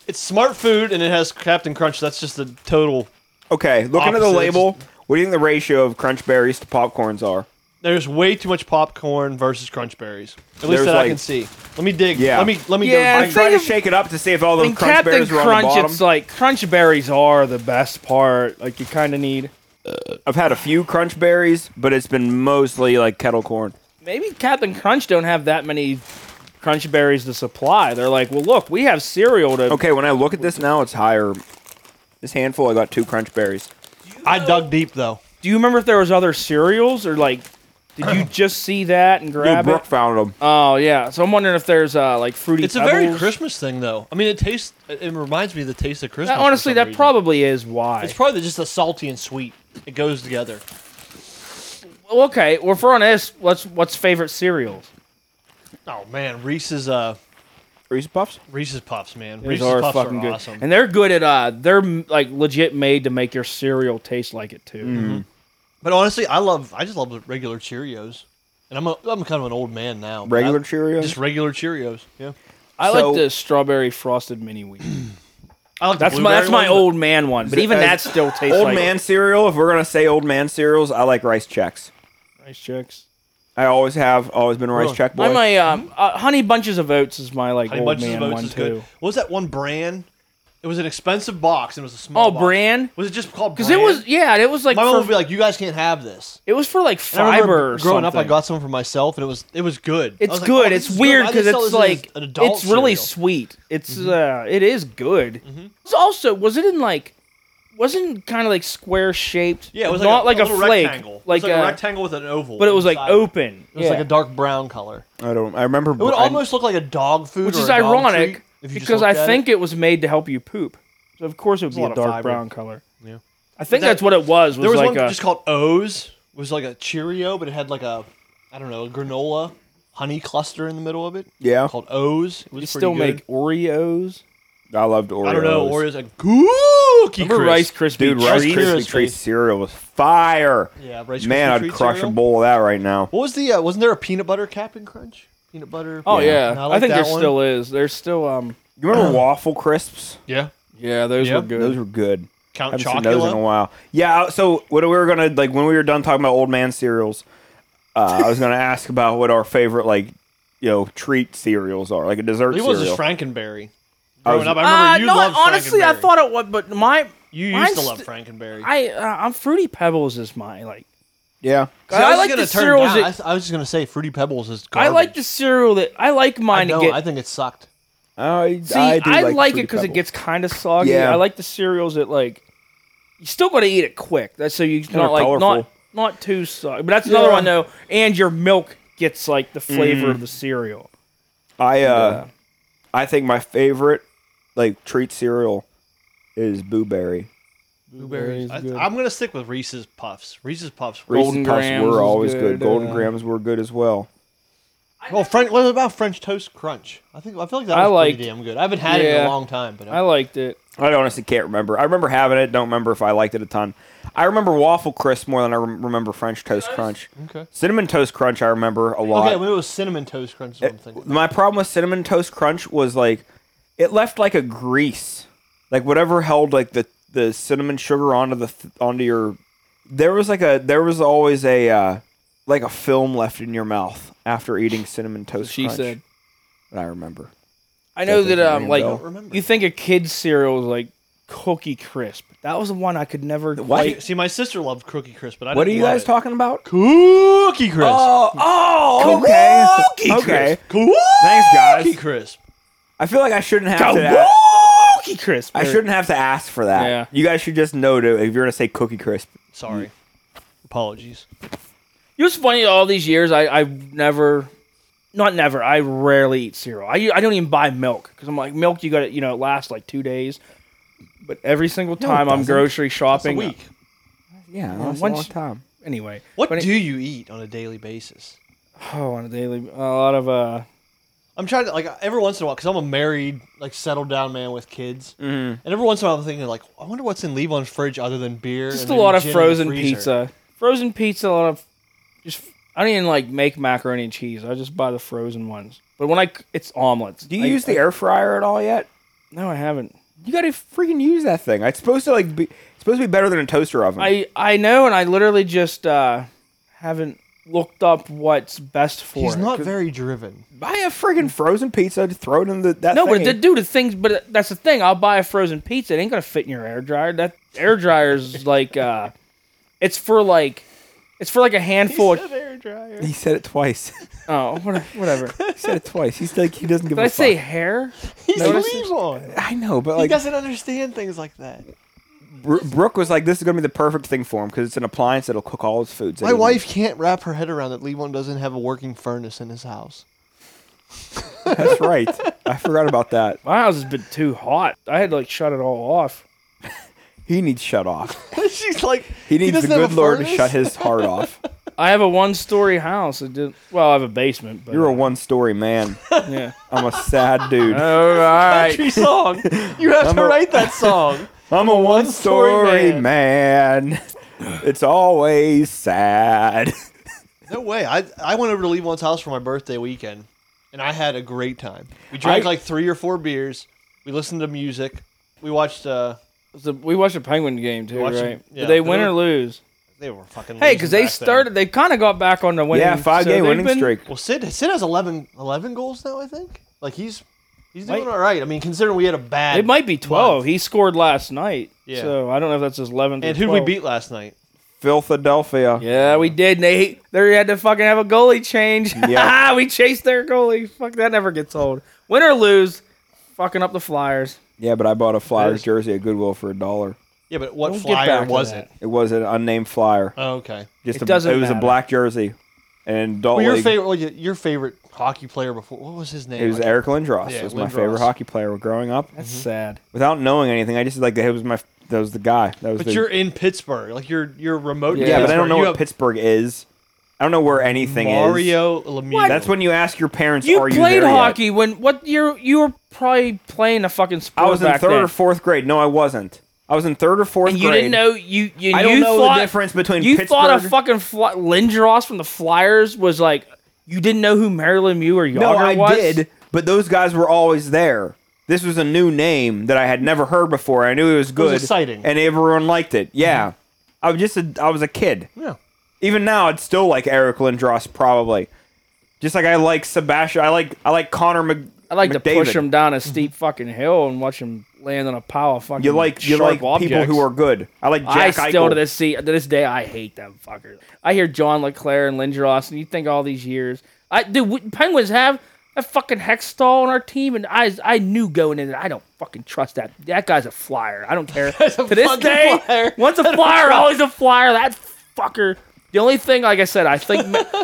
Speaker 6: it's smart food and it has Captain Crunch. That's just the total.
Speaker 7: okay, looking at the
Speaker 6: Opposite.
Speaker 7: label, what do you think the ratio of crunch berries to popcorns are?
Speaker 6: There's way too much popcorn versus Crunch Berries. At least
Speaker 7: There's
Speaker 6: that I
Speaker 7: like-
Speaker 6: can see. Let me dig.
Speaker 7: Yeah.
Speaker 6: Let me let me
Speaker 1: Yeah,
Speaker 6: go.
Speaker 7: I'm
Speaker 1: think
Speaker 7: trying
Speaker 1: of-
Speaker 7: to shake it up to see if all
Speaker 1: I
Speaker 7: those
Speaker 1: mean,
Speaker 7: crunch
Speaker 1: Captain
Speaker 7: berries are on the
Speaker 1: Crunch,
Speaker 7: bottom.
Speaker 1: it's like crunch berries are the best part. Like you kind of need.
Speaker 7: I've had a few crunch berries, but it's been mostly like kettle corn.
Speaker 1: Maybe Captain Crunch don't have that many crunch berries to supply. They're like, well, look, we have cereal to.
Speaker 7: Okay, when I look at this now, it's higher. This handful, I got two crunch berries.
Speaker 6: I dug deep though.
Speaker 1: Do you remember if there was other cereals or like? Did
Speaker 7: (clears throat)
Speaker 1: you just see that and
Speaker 7: Dude,
Speaker 1: grab
Speaker 7: Brooke
Speaker 1: it?
Speaker 7: found them.
Speaker 1: Oh yeah. So I'm wondering if there's uh like fruity.
Speaker 6: It's a very
Speaker 1: Pebbles.
Speaker 6: Christmas thing though. I mean, it tastes. It it reminds me of the taste of Christmas.
Speaker 1: That,
Speaker 6: for
Speaker 1: honestly,
Speaker 6: some
Speaker 1: that
Speaker 6: reason.
Speaker 1: probably is why.
Speaker 6: It's probably just the salty and sweet. It goes together.
Speaker 1: okay. Well, if we're on this, what's what's favorite cereals?
Speaker 6: Oh man, Reese's uh
Speaker 7: Reese's Puffs?
Speaker 6: Reese's Puffs, man.
Speaker 1: These
Speaker 6: Reese's
Speaker 1: are
Speaker 6: Puffs
Speaker 1: fucking
Speaker 6: are
Speaker 1: good,
Speaker 6: awesome.
Speaker 1: and they're good at uh, they're m- like legit made to make your cereal taste like it too.
Speaker 7: Mm-hmm.
Speaker 6: But honestly, I love I just love the regular Cheerios. And I'm a, I'm kind of an old man now. but
Speaker 7: Regular
Speaker 6: I-
Speaker 7: Cheerios?
Speaker 6: Just regular Cheerios. Yeah.
Speaker 1: I
Speaker 7: So-
Speaker 1: like the strawberry frosted mini
Speaker 7: (clears throat)
Speaker 1: wheat.
Speaker 6: I like the
Speaker 1: That's my that's my
Speaker 6: blueberry one,
Speaker 1: old man one, but even
Speaker 7: As-
Speaker 1: that still tastes
Speaker 7: old
Speaker 1: like
Speaker 7: man cereal. If we're gonna say old man cereals, I like rice checks.
Speaker 1: Nice chicks.
Speaker 7: I always have. Always been a rice
Speaker 6: Really?
Speaker 7: check boy.
Speaker 1: I'm
Speaker 7: Hmm?
Speaker 1: a um, uh, honey bunches of oats is my like
Speaker 6: but Honey
Speaker 1: old
Speaker 6: Bunches
Speaker 1: man
Speaker 6: of Oats
Speaker 1: one
Speaker 6: is good.
Speaker 1: too.
Speaker 6: What was that one brand? It was an expensive box and it was a small
Speaker 1: Oh,
Speaker 6: box.
Speaker 1: brand?
Speaker 6: Was it just called
Speaker 1: Because it was
Speaker 6: Brand?
Speaker 1: yeah, it was like
Speaker 6: My mom would
Speaker 1: for,
Speaker 6: be like, "You guys can't have this."
Speaker 1: it was for like
Speaker 6: And I remember
Speaker 1: fiber. Or
Speaker 6: growing up, I
Speaker 1: something.
Speaker 6: got some for myself, and it was it was good. I
Speaker 1: It's
Speaker 6: was like,
Speaker 1: good.
Speaker 6: "Oh, this
Speaker 1: it's
Speaker 6: is
Speaker 1: weird
Speaker 6: I
Speaker 1: because
Speaker 6: just sell
Speaker 1: it's
Speaker 6: this as
Speaker 1: like
Speaker 6: an adult
Speaker 1: it's really
Speaker 6: cereal. Mm-hmm.
Speaker 1: sweet. It's uh, it is good. It's also was it in like wasn't kind of like square shaped.
Speaker 6: Yeah, it was
Speaker 1: not
Speaker 6: like
Speaker 1: like a,
Speaker 6: a, little
Speaker 1: flake,
Speaker 6: rectangle. It
Speaker 1: like,
Speaker 6: was like a,
Speaker 1: a-
Speaker 6: rectangle with an oval.
Speaker 1: but it was like
Speaker 6: inside it.
Speaker 1: open.
Speaker 6: It was like a dark brown color.
Speaker 7: I don't. I remember.
Speaker 6: It would almost look like a dog food,
Speaker 1: which
Speaker 6: or
Speaker 1: is
Speaker 6: a dog
Speaker 1: ironic
Speaker 6: treat if you just
Speaker 1: because I
Speaker 6: looked at
Speaker 1: think it. was made to help you poop. So of course it would
Speaker 6: a
Speaker 1: be a,
Speaker 6: lot of
Speaker 1: dark
Speaker 6: fiber.
Speaker 1: brown color.
Speaker 6: Yeah.
Speaker 1: I think
Speaker 6: that-
Speaker 1: that's what it was. Was,
Speaker 6: There was
Speaker 1: like
Speaker 6: one
Speaker 1: a,
Speaker 6: just called O's. It was like a Cheerio, but it had like a I don't know a granola honey cluster in the middle of it.
Speaker 7: Yeah.
Speaker 6: called O's.
Speaker 1: you
Speaker 6: It was pretty
Speaker 1: still
Speaker 6: good.
Speaker 1: make Oreos.
Speaker 7: I loved Oreos.
Speaker 6: I don't know Oreos like cookie
Speaker 1: Remember
Speaker 6: crisp.
Speaker 1: Rice Krispie
Speaker 7: Dude,
Speaker 1: treats?
Speaker 7: Rice
Speaker 6: Treat.
Speaker 7: Krispie treat
Speaker 6: Krispie.
Speaker 7: cereal was fire.
Speaker 6: Yeah, Rice
Speaker 7: Man,
Speaker 6: Krispie
Speaker 7: I'd
Speaker 6: treat
Speaker 7: crush
Speaker 6: cereal.
Speaker 7: a bowl of that right now.
Speaker 6: What was the? Uh, wasn't there a peanut butter Captain Crunch? Peanut butter.
Speaker 1: Oh yeah,
Speaker 6: And
Speaker 1: I,
Speaker 6: like
Speaker 1: think
Speaker 6: that
Speaker 1: there
Speaker 6: one.
Speaker 1: still is. There's still um.
Speaker 7: You remember waffle crisps?
Speaker 6: Yeah.
Speaker 1: Yeah, those
Speaker 6: Yeah.
Speaker 1: were good.
Speaker 7: Those were good. I
Speaker 6: Count
Speaker 7: haven't seen those in a
Speaker 6: Chocula.
Speaker 7: while. Yeah. uh, So what we were gonna like when we were done talking about old man cereals, uh, I was gonna ask about what our favorite like you know treat cereals are, like a dessert
Speaker 6: It
Speaker 7: cereal.
Speaker 6: was just Frankenberry.
Speaker 7: I
Speaker 6: Growing
Speaker 7: was-
Speaker 6: up, I remember
Speaker 1: Uh,
Speaker 6: you
Speaker 1: no,
Speaker 6: loved
Speaker 1: honestly, I
Speaker 6: Frankenberry.
Speaker 1: thought it was, but my
Speaker 6: you
Speaker 1: mine's
Speaker 6: used to love
Speaker 1: th-
Speaker 6: Frankenberry.
Speaker 1: I uh, I'm fruity pebbles is my like.
Speaker 7: yeah.
Speaker 6: See, I,
Speaker 1: I
Speaker 6: was
Speaker 1: like
Speaker 6: gonna
Speaker 1: the
Speaker 6: turn
Speaker 1: cereals
Speaker 6: down-
Speaker 1: that-
Speaker 6: I s- I, was just gonna say Fruity Pebbles is.
Speaker 1: I
Speaker 6: Garbage.
Speaker 1: like the cereal that I like
Speaker 6: I
Speaker 1: mine to
Speaker 6: know.
Speaker 1: get.
Speaker 6: I think it sucked.
Speaker 7: I,
Speaker 1: see, I,
Speaker 7: do
Speaker 1: like, it
Speaker 7: Fruity
Speaker 1: because it
Speaker 7: Pebbles.
Speaker 1: gets kind of soggy.
Speaker 7: Yeah.
Speaker 1: I like the cereals that like you still got to eat it quick. That's so you
Speaker 7: they're
Speaker 1: not like not
Speaker 7: colorful.
Speaker 1: not too soggy. But that's another
Speaker 7: Yeah.
Speaker 1: one though. And your milk gets like the flavor of the cereal.
Speaker 7: I uh, I think my favorite like treat cereal is Blueberry.
Speaker 1: Blueberries.
Speaker 6: I, I'm gonna stick with Reese's Puffs. Reese's Puffs. were-
Speaker 1: Golden
Speaker 7: Reese's Puffs
Speaker 1: Grahams
Speaker 7: were
Speaker 1: is
Speaker 7: always
Speaker 1: good,
Speaker 7: good. Golden
Speaker 1: uh,
Speaker 7: Grams were good as well.
Speaker 6: Well, French. What about French Toast Crunch? I think I feel like that
Speaker 1: I
Speaker 6: was
Speaker 1: liked-
Speaker 6: pretty damn good. I haven't had it in
Speaker 1: Yeah.
Speaker 6: a long time, but
Speaker 1: I
Speaker 6: I,
Speaker 1: liked it.
Speaker 7: I honestly can't remember. I remember having it. Don't remember if I liked it a ton. I remember Waffle Crisp more than I rem- remember French Toast Crunch.
Speaker 6: okay.
Speaker 7: Cinnamon Toast Crunch, I remember a lot.
Speaker 6: Okay, when it was Cinnamon Toast Crunch, is what I'm thinking.
Speaker 7: my problem with cinnamon toast crunch was like it left like a grease like whatever held like the the cinnamon sugar onto the th- onto your There was like a there was always a uh, like a film left in your mouth after eating cinnamon toast.
Speaker 1: She
Speaker 7: Crunch.
Speaker 1: said.
Speaker 7: And I remember.
Speaker 1: I know that
Speaker 7: doesn't ring
Speaker 1: um
Speaker 7: a
Speaker 1: like
Speaker 7: bell.
Speaker 1: you think a kid's cereal is like cookie crisp. That was the one I could never
Speaker 7: What?
Speaker 1: like,
Speaker 6: See, my sister loved Cookie Crisp, but I
Speaker 7: What are
Speaker 6: didn't
Speaker 7: you
Speaker 6: love
Speaker 7: guys
Speaker 6: it.
Speaker 7: talking about?
Speaker 6: Cookie Crisp.
Speaker 7: Oh, oh, okay,
Speaker 1: Kawaki
Speaker 7: okay.
Speaker 6: Cookie
Speaker 7: Thanks,
Speaker 6: Cookie
Speaker 7: guys.
Speaker 6: Crisp.
Speaker 7: I feel like I shouldn't have to. a-
Speaker 1: Cookie crisp.
Speaker 7: I shouldn't have to ask for that.
Speaker 1: Yeah.
Speaker 7: You guys should just know to if you're gonna say cookie crisp.
Speaker 6: Sorry. Apologies.
Speaker 1: It was funny. All these years, I I never, not never. I rarely eat cereal. I I don't even buy milk because I'm like milk. You got to you know it lasts like two days. But every single time I'm
Speaker 7: doesn't.
Speaker 1: grocery shopping,
Speaker 6: week.
Speaker 7: Yeah, that's a
Speaker 1: once-
Speaker 7: long time.
Speaker 1: anyway.
Speaker 6: What
Speaker 1: But it-
Speaker 6: do you eat on a daily basis?
Speaker 1: oh on a daily a lot of uh
Speaker 6: I'm trying to like every once in a while because I'm a married, like settled down man with kids,
Speaker 1: Mm-hmm.
Speaker 6: mm. and every once in a while I'm thinking like, I wonder what's in Levon's fridge other than beer.
Speaker 1: just
Speaker 6: and
Speaker 1: a
Speaker 6: maybe
Speaker 1: lot of
Speaker 6: gin in the
Speaker 1: frozen
Speaker 6: freezer."
Speaker 1: pizza, frozen pizza. A lot of just I don't even like make macaroni and cheese. I just buy the frozen ones. But when I c- it's omelets.
Speaker 7: Do you
Speaker 1: I-
Speaker 7: use the air fryer at all yet?
Speaker 1: No, I
Speaker 6: Mm.
Speaker 1: haven't.
Speaker 7: You gotta freaking use that thing. It's supposed to like be it's supposed to be better than a toaster oven.
Speaker 1: I I know, and I literally just uh haven't looked up what's best for
Speaker 6: He's
Speaker 1: it.
Speaker 6: not very driven.
Speaker 7: buy a freaking frozen pizza to throw it in the that.
Speaker 1: No, but
Speaker 7: thing
Speaker 1: the
Speaker 7: and-
Speaker 1: dude, the things, but that's the thing. I'll buy a frozen pizza. It ain't gonna fit in your air dryer. That air
Speaker 6: (laughs)
Speaker 1: dryer's like, uh, it's for like, it's for like a handful. Of,
Speaker 7: he said it twice. (laughs)
Speaker 1: oh, whatever.
Speaker 6: (laughs)
Speaker 1: whatever. Did
Speaker 7: he said it twice. He's like he doesn't give. a
Speaker 1: I say
Speaker 7: fuck.
Speaker 1: hair?
Speaker 6: He's
Speaker 1: No, this is-
Speaker 6: Levon.
Speaker 7: I know, but
Speaker 6: He
Speaker 7: like
Speaker 6: doesn't understand things like that.
Speaker 7: Bro- Brooke was like, "This is gonna be the perfect thing for him because it's an appliance that'll cook all his foods." that
Speaker 6: My
Speaker 7: he
Speaker 6: wife can't wrap her head around that Levon doesn't have a working furnace in his house. (laughs)
Speaker 7: needs." That's right. I forgot about that.
Speaker 1: My house has been too hot. I had to like shut it all off.
Speaker 7: He needs shut off.
Speaker 6: She's like,
Speaker 7: He needs the
Speaker 6: doesn't have a
Speaker 7: good Lord to
Speaker 6: furnace?
Speaker 7: shut his heart off.
Speaker 1: I have a one-story house. It did well. I have a basement, but
Speaker 7: You're a one-story man.
Speaker 1: yeah.
Speaker 7: I'm a sad dude.
Speaker 1: (laughs) All right.
Speaker 6: country song. You have
Speaker 7: I'm
Speaker 6: to
Speaker 7: a-
Speaker 6: write that song.
Speaker 7: I'm a one story
Speaker 6: one-story
Speaker 7: man. (laughs) It's always sad.
Speaker 6: No way. I I went over to Levon's house for my birthday weekend, and I had a great time. We drank
Speaker 7: I-
Speaker 6: like three or four beers. We listened to music. We watched. uh
Speaker 1: So we watched a Penguin game too,
Speaker 6: watched-
Speaker 1: right?
Speaker 6: yeah.
Speaker 1: Did they win or lose?
Speaker 6: They were fucking.
Speaker 1: Hey,
Speaker 6: losing
Speaker 1: because they
Speaker 6: back then.
Speaker 1: started. They kind of got back on the winning.
Speaker 7: yeah, five
Speaker 1: so
Speaker 7: game
Speaker 1: they've
Speaker 7: winning
Speaker 1: been-
Speaker 7: streak.
Speaker 6: Well, Sid Sid has 11, 11 goals now. I think. Like he's he's doing
Speaker 1: Might-
Speaker 6: all right. I mean, considering we had a bad.
Speaker 1: It might be twelve.
Speaker 6: month.
Speaker 1: He scored last night.
Speaker 6: Yeah.
Speaker 1: So I don't know if that's his eleventh.
Speaker 6: And who we beat last night?
Speaker 7: Philadelphia.
Speaker 1: Yeah, we did. And they they had to fucking have a goalie (laughs) change.
Speaker 7: Yeah.
Speaker 1: we chased their goalie. Fuck that never gets old. Win or lose, fucking up the Flyers.
Speaker 7: Yeah, but I bought a Flyers
Speaker 6: Yes.
Speaker 7: jersey at Goodwill for a dollar.
Speaker 6: Yeah, but what
Speaker 1: We'll get
Speaker 6: flyer
Speaker 1: back to
Speaker 6: was
Speaker 1: that.
Speaker 6: it?
Speaker 7: It was an unnamed Flyer.
Speaker 6: Oh, okay.
Speaker 7: Just
Speaker 1: it
Speaker 7: a,
Speaker 1: doesn't
Speaker 7: It was a
Speaker 1: matter.
Speaker 7: black jersey, and adult
Speaker 6: Well, your
Speaker 7: league,
Speaker 6: favorite, well, your- your favorite hockey player before what was his name?
Speaker 7: It was
Speaker 6: Like,
Speaker 7: Eric Lindros.
Speaker 6: Yeah,
Speaker 7: It was my
Speaker 6: Lindros.
Speaker 7: favorite hockey player growing up.
Speaker 1: That's sad.
Speaker 7: Without knowing anything, I just like that was my that was the guy. That was
Speaker 6: But
Speaker 7: the,
Speaker 6: you're in Pittsburgh, like you're you're remote.
Speaker 7: yeah,
Speaker 6: to
Speaker 7: but I
Speaker 6: Pittsburgh.
Speaker 7: don't know
Speaker 6: You
Speaker 7: what
Speaker 6: have
Speaker 7: Pittsburgh is. I don't know where anything is.
Speaker 6: Mario Lemieux.
Speaker 7: That's when you ask your parents.
Speaker 1: You
Speaker 7: Are you
Speaker 1: played
Speaker 7: there yet?"
Speaker 1: hockey when what year you were probably playing a fucking sport.
Speaker 7: I was in
Speaker 1: back
Speaker 7: third
Speaker 1: then.
Speaker 7: or fourth grade. No, I wasn't. I was in third or fourth
Speaker 1: And you
Speaker 7: grade.
Speaker 1: didn't know you you
Speaker 7: I don't
Speaker 1: you
Speaker 7: know the
Speaker 1: thought,
Speaker 7: difference between
Speaker 1: you thought a
Speaker 7: Pittsburgh-
Speaker 1: fucking fly, Lindros from the Flyers was like you didn't know who Marilyn Mew or Yager
Speaker 7: No, I
Speaker 1: was.
Speaker 7: did, but those guys were always there. This was a new name that I had never heard before. I knew it was good,
Speaker 6: exciting.
Speaker 7: and everyone liked it. Yeah, I was just a, I was a kid.
Speaker 6: Yeah.
Speaker 7: Even now, I'd still like Eric Lindros probably. Just like I like Sebastian, I like I like Connor. Mc,
Speaker 1: I like to
Speaker 7: McDavid. Mm-hmm.
Speaker 1: push him down a steep fucking hill and watch him land on a pile of fucking
Speaker 7: You like you
Speaker 1: sharp
Speaker 7: like
Speaker 1: objects.
Speaker 7: people who are good. I like
Speaker 1: I
Speaker 7: Jack
Speaker 1: still
Speaker 7: Eichel.
Speaker 1: to this see to this day I hate them fuckers. I hear John LeClaire and Lindros, and you think all these years, I dude, we- Penguins have a fucking Hextall on our team, and I I knew going in that I don't fucking trust that that guy's a flyer. I don't care to this
Speaker 6: fucking
Speaker 1: day.
Speaker 6: flyer.
Speaker 1: Once a flyer, always a flyer. That fucker. The only thing, like I said, I think. (laughs)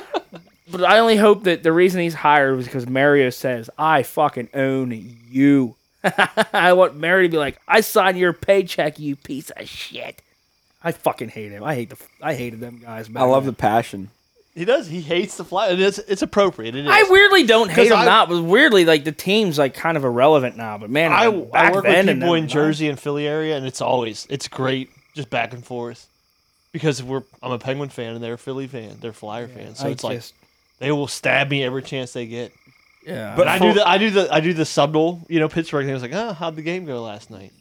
Speaker 1: But I only hope that the reason he's hired was because Mario says, I fucking own you. I want Mario to be like, I sign your paycheck, you piece of shit. I fucking hate him. I hate the I hated them guys. Back
Speaker 7: I love the
Speaker 1: then.
Speaker 7: passion.
Speaker 6: He does. He hates the fly. It's it's appropriate. It is.
Speaker 1: I weirdly don't hate
Speaker 6: 'Cause
Speaker 1: them
Speaker 6: I-
Speaker 1: now, but weirdly, like the team's like kind of irrelevant now. But man,
Speaker 6: I,
Speaker 1: like, back
Speaker 6: I work
Speaker 1: then
Speaker 6: with
Speaker 1: and
Speaker 6: people
Speaker 1: then- uh,
Speaker 6: in Jersey and Philly area, and it's always it's great, just back and forth. Because we're I'm a Penguin fan and they're a Philly fan, they're a Flyer fan, so
Speaker 1: I
Speaker 6: it's like
Speaker 1: just-
Speaker 6: they will stab me every chance they get.
Speaker 1: yeah.
Speaker 6: But I do the I do the I do the subtle, you know, Pittsburgh thing. I was like, "Ah, oh, how'd the game go last night?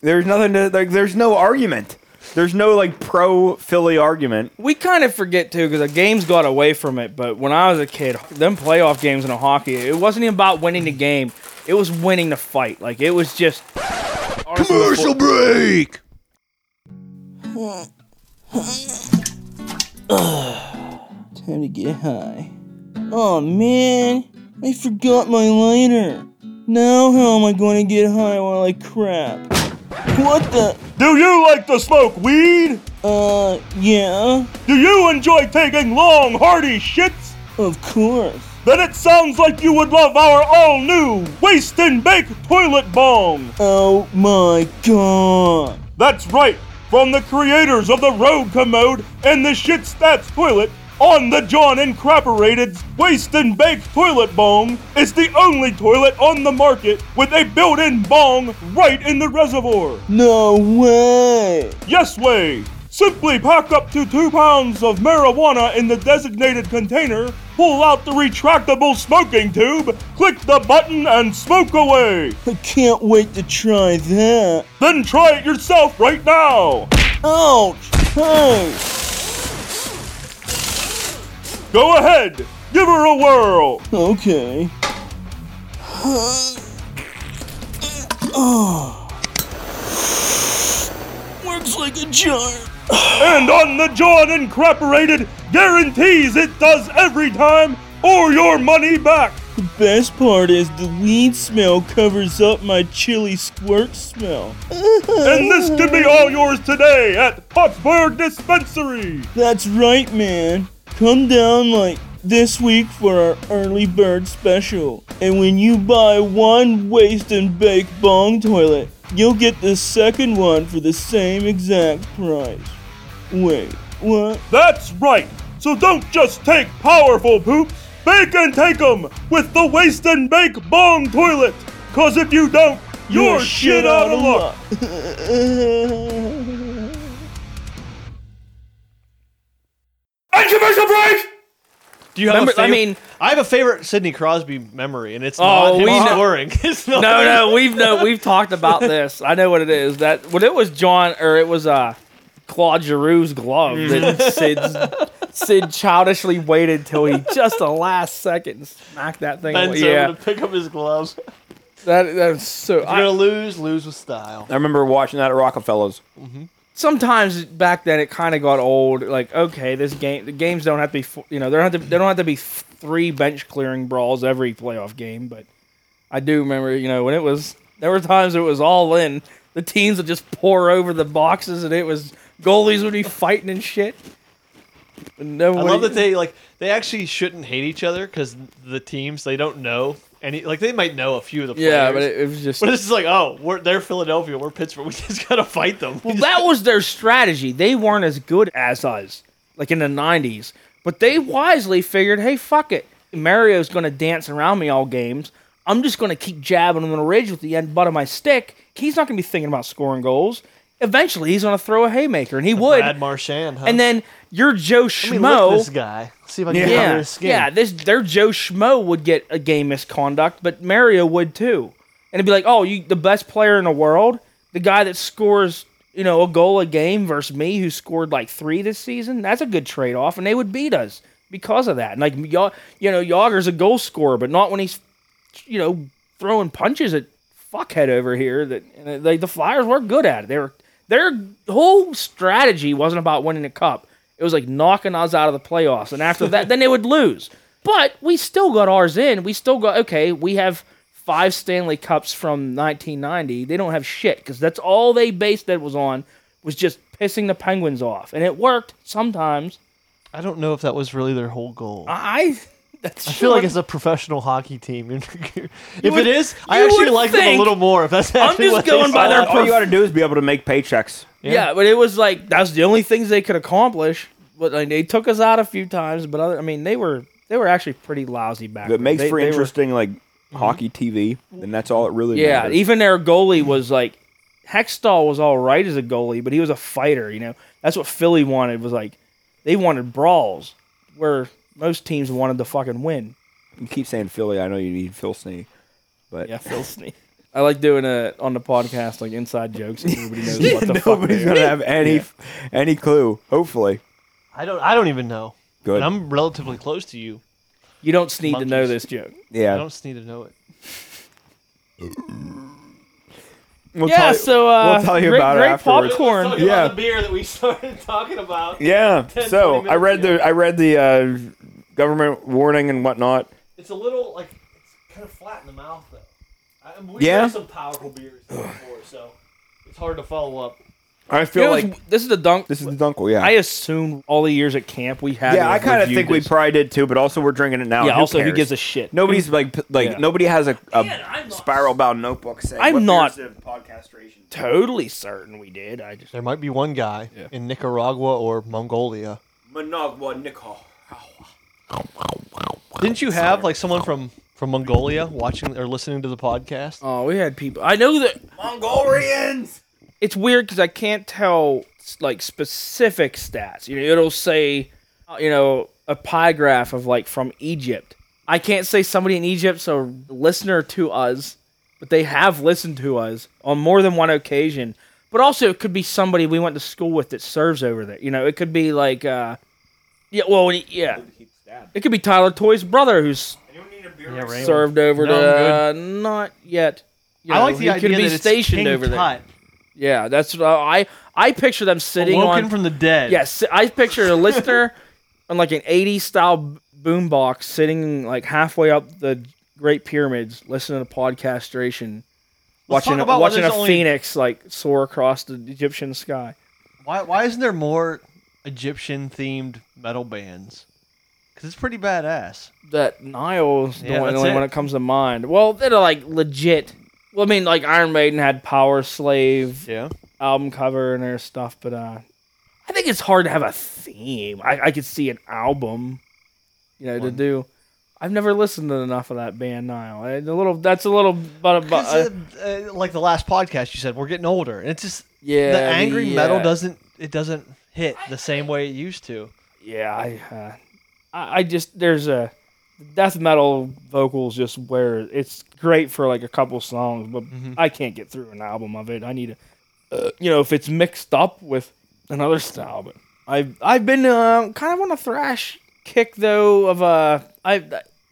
Speaker 7: There's nothing to like. There's no argument. There's no like pro Philly argument.
Speaker 1: we kind of forget too because the game's got away from it. But when I was a kid, them playoff games in a hockey, it wasn't even about winning the game. It was winning the fight. Like it was just
Speaker 5: Commercial break.
Speaker 8: Time to get high. Oh man, I forgot my lighter. Now how am I going to get high while I crap? What the?
Speaker 4: Do you like to smoke weed?
Speaker 8: Uh, yeah,
Speaker 4: Do you enjoy taking long, hearty shits?
Speaker 8: of course.
Speaker 4: Then it sounds like you would love our all new Waste and Bake Toilet Bong.
Speaker 8: Oh my god.
Speaker 4: That's right, from the creators of the Rogue Commode and the Shit Stats Toilet on the John Incorporated's Waste and Bake Toilet Bong is the only toilet on the market with a built in bong right in the reservoir.
Speaker 8: No way.
Speaker 4: Yes way! Simply pack up to two pounds of marijuana in the designated container, pull out the retractable smoking tube, click the button, and smoke away!
Speaker 8: I can't wait to try that.
Speaker 4: Then try it yourself right now!
Speaker 8: Ouch. Hey.
Speaker 4: Go ahead, give her a whirl!
Speaker 8: Okay. oh. Works like a charm.
Speaker 4: And on the John Incorporated guarantees it does every time, or your money back!
Speaker 8: The best part is the weed smell covers up my chili squirt smell.
Speaker 4: And this can be all yours today at Pottsburg Dispensary!
Speaker 8: That's right, man. Come down like this week for our early bird special. And when you buy one waste and bake bong toilet, you'll get the second one for the same exact price. Wait, what?
Speaker 4: That's right. So don't just take powerful poops, bake and take 'em with the Waste and Bake Bong Toilet. Cause if you don't, you're, shit out of luck. And commercial break!
Speaker 6: Do you have
Speaker 1: Remember-
Speaker 6: a favorite?
Speaker 1: I mean-
Speaker 6: I have a favorite Sidney Crosby memory, and it's
Speaker 1: Oh,
Speaker 6: not him
Speaker 1: we know-
Speaker 6: scoring. (laughs) It's not
Speaker 1: no, no. We've no, we've talked about this. I know what it is. That when it was John or it was uh Claude Giroux's glove that Sid Sid childishly waited till he just the last second and smacked that thing.
Speaker 6: Bends
Speaker 1: away. Yeah,
Speaker 6: over to pick up his gloves. If
Speaker 1: that that's so.
Speaker 6: you're
Speaker 1: I-
Speaker 6: gonna lose, lose with style.
Speaker 7: I remember watching that at Rockefellers.
Speaker 1: sometimes back then it kind of got old. Like, okay, this game, the games don't have to be, fo- you know, they don't have to, they don't have to be f- three bench clearing brawls every playoff game. But I do remember, you know, when it was, there were times it was all in. The teams would just pour over the boxes, and it was goalies would be fighting and shit. And no
Speaker 6: I love that they like they actually shouldn't hate each other because the teams they don't know any like they might know a few of the players.
Speaker 1: yeah, but it, it was just.
Speaker 6: But this is like, oh, we're they're Philadelphia, we're Pittsburgh, (laughs) we just gotta fight them. (laughs)
Speaker 1: Well, that was their strategy. They weren't as good as us, like in the 90s. But they wisely figured, hey, fuck it. Mario's going to dance around me all games. I'm just going to keep jabbing him in the ridge with the end butt of my stick. He's not going to be thinking about scoring goals. Eventually, he's going to throw a haymaker, and he would.
Speaker 6: Brad Marchand, huh?
Speaker 1: and then your Joe
Speaker 6: I mean, look at
Speaker 1: Schmo.
Speaker 6: this guy. See if I can get under
Speaker 1: yeah,
Speaker 6: his skin.
Speaker 1: yeah. This their Joe Schmo would get a game misconduct, but Mario would too, and it'd be like, oh, you the best player in the world, the guy that scores you know a goal a game versus me who scored like three this season. That's a good trade off, and they would beat us because of that. And like y'all, you know, Yager's a goal scorer, but not when he's you know throwing punches at fuckhead over here. That and they, the Flyers were good at it. They were their whole strategy wasn't about winning a cup. It was like knocking us out of the playoffs, and after that, then they would lose. But we still got ours in. We still got okay. We have five Stanley Cups from 1990. They don't have shit because that's all they based that was on was just pissing the Penguins off, and it worked sometimes.
Speaker 6: I don't know if that was really their whole goal.
Speaker 1: I that's
Speaker 6: I feel like it's a professional hockey team. if it is, I
Speaker 1: you
Speaker 6: actually
Speaker 1: would
Speaker 6: like them a
Speaker 1: think-
Speaker 6: little more. If that's actually
Speaker 1: just
Speaker 6: what they
Speaker 1: going by
Speaker 6: saw.
Speaker 1: their
Speaker 7: All you got to do is be able to make paychecks.
Speaker 1: Yeah. but it was like that's the only things they could accomplish. But like, they took us out a few times, but other, I mean, they were they were actually pretty lousy back.
Speaker 7: That
Speaker 1: then.
Speaker 7: makes
Speaker 1: They-
Speaker 7: for
Speaker 1: they were-
Speaker 7: interesting like hockey TV, and that's all it really.
Speaker 1: yeah,
Speaker 7: matters.
Speaker 1: even their goalie was like Hextall was all right as a goalie, but he was a fighter. You know, that's what Philly wanted was like they wanted brawls, where most teams wanted to fucking win.
Speaker 7: you keep saying Philly. I know you need Phil Snee, but (laughs)
Speaker 1: Yeah, Phil Sneak. I like doing it on the podcast, like inside jokes. and Nobody
Speaker 7: (laughs)
Speaker 1: knows what the fuck.
Speaker 7: Nobody's
Speaker 1: they are. (laughs)
Speaker 7: gonna have any any clue. Hopefully,
Speaker 6: I don't. I don't even know.
Speaker 7: good.
Speaker 6: And I'm relatively close to you.
Speaker 1: You don't need to know
Speaker 6: Monkeys.
Speaker 1: this joke.
Speaker 6: I
Speaker 7: yeah,
Speaker 6: don't just need to know it.
Speaker 7: We'll
Speaker 1: yeah,
Speaker 7: tell you-
Speaker 1: so uh,
Speaker 7: we'll tell you
Speaker 1: great,
Speaker 7: about it
Speaker 1: great
Speaker 7: afterwards.
Speaker 1: popcorn.
Speaker 7: (laughs) about Yeah. the
Speaker 6: beer that we (laughs) started talking about.
Speaker 1: (laughs)
Speaker 7: yeah.
Speaker 6: 10,
Speaker 7: So
Speaker 6: 20
Speaker 7: I read the I read the uh, government warning and whatnot.
Speaker 6: It's a little like it's kind of flat in the mouth though. I, we
Speaker 7: Yeah.
Speaker 6: had some powerful beers before, so it's hard to follow up.
Speaker 7: I feel
Speaker 1: You know,
Speaker 7: like
Speaker 1: it's- this is the dunk.
Speaker 7: this is the dunkle. Yeah,
Speaker 1: I assume all the years at camp we had.
Speaker 7: yeah. I kind of think we probably did too, but also we're drinking it now.
Speaker 1: Yeah.
Speaker 7: Who
Speaker 1: also, who
Speaker 7: cares?
Speaker 1: gives a shit?
Speaker 7: Nobody's like p- like
Speaker 1: Yeah.
Speaker 7: nobody has a, a
Speaker 6: I'm not-
Speaker 7: spiral bound notebook saying.
Speaker 1: I'm
Speaker 7: "What
Speaker 1: not-
Speaker 7: beers did podcast ration do?"
Speaker 1: totally certain we did. I just
Speaker 6: There might be one guy in Nicaragua or Mongolia.
Speaker 7: Managua Nicol.
Speaker 6: Didn't you have like someone from from Mongolia watching or listening to the podcast?
Speaker 1: oh, we had people. I know that
Speaker 7: Mongolians.
Speaker 1: it's weird because I can't tell s- like specific stats. You know, it'll say, uh, you know, a pie graph of like from Egypt. I can't say somebody in Egypt's a listener to us, but they have listened to us on more than one occasion. But also, it could be somebody we went to school with that serves over there. You know, it could be like, uh, yeah, well, yeah, it could be Tyler Toy's brother who's
Speaker 6: Yeah, right.
Speaker 1: served over
Speaker 6: No,
Speaker 1: to uh, not yet. You
Speaker 6: I
Speaker 1: know,
Speaker 6: like the
Speaker 1: he
Speaker 6: idea
Speaker 1: could
Speaker 6: that
Speaker 1: be
Speaker 6: it's
Speaker 1: stationed
Speaker 6: King
Speaker 1: over there.
Speaker 6: Tut,
Speaker 1: Yeah, that's what I I, I picture them sitting
Speaker 6: awoken
Speaker 1: on.
Speaker 6: from the dead.
Speaker 1: yes, I picture a listener (laughs) on like an 80s style boombox sitting like halfway up the Great Pyramids, listening to podcastration,
Speaker 6: Let's
Speaker 1: watching
Speaker 6: talk about why
Speaker 1: watching a
Speaker 6: there's only-
Speaker 1: phoenix like soar across the Egyptian sky.
Speaker 6: Why why isn't there more Egyptian themed metal bands? Because it's pretty badass.
Speaker 1: That Nile's the
Speaker 6: Yeah,
Speaker 1: one,
Speaker 6: that's
Speaker 1: only
Speaker 6: it.
Speaker 1: when it comes to mind. Well, they're like legit. Well, I mean, like Iron Maiden had Power Slave,
Speaker 6: Yeah.
Speaker 1: album cover and their stuff, but uh, I think it's hard to have a theme. I, I could see an album, you know, to
Speaker 6: One.
Speaker 1: do. I've never listened to enough of that band Nile. A little, that's a little, but, but uh,
Speaker 6: uh, like the last podcast you said, we're getting older, and it's just
Speaker 1: yeah,
Speaker 6: the angry metal
Speaker 1: yeah,
Speaker 6: doesn't it doesn't hit the same way it used to.
Speaker 1: Yeah, I, uh, I, I just there's a death metal vocals just where it's great for like a couple songs, but I can't get through an album of it. I need a, uh, you know, if it's mixed up with another style. But I've I've been uh, kind of on a thrash kick though. Of uh, I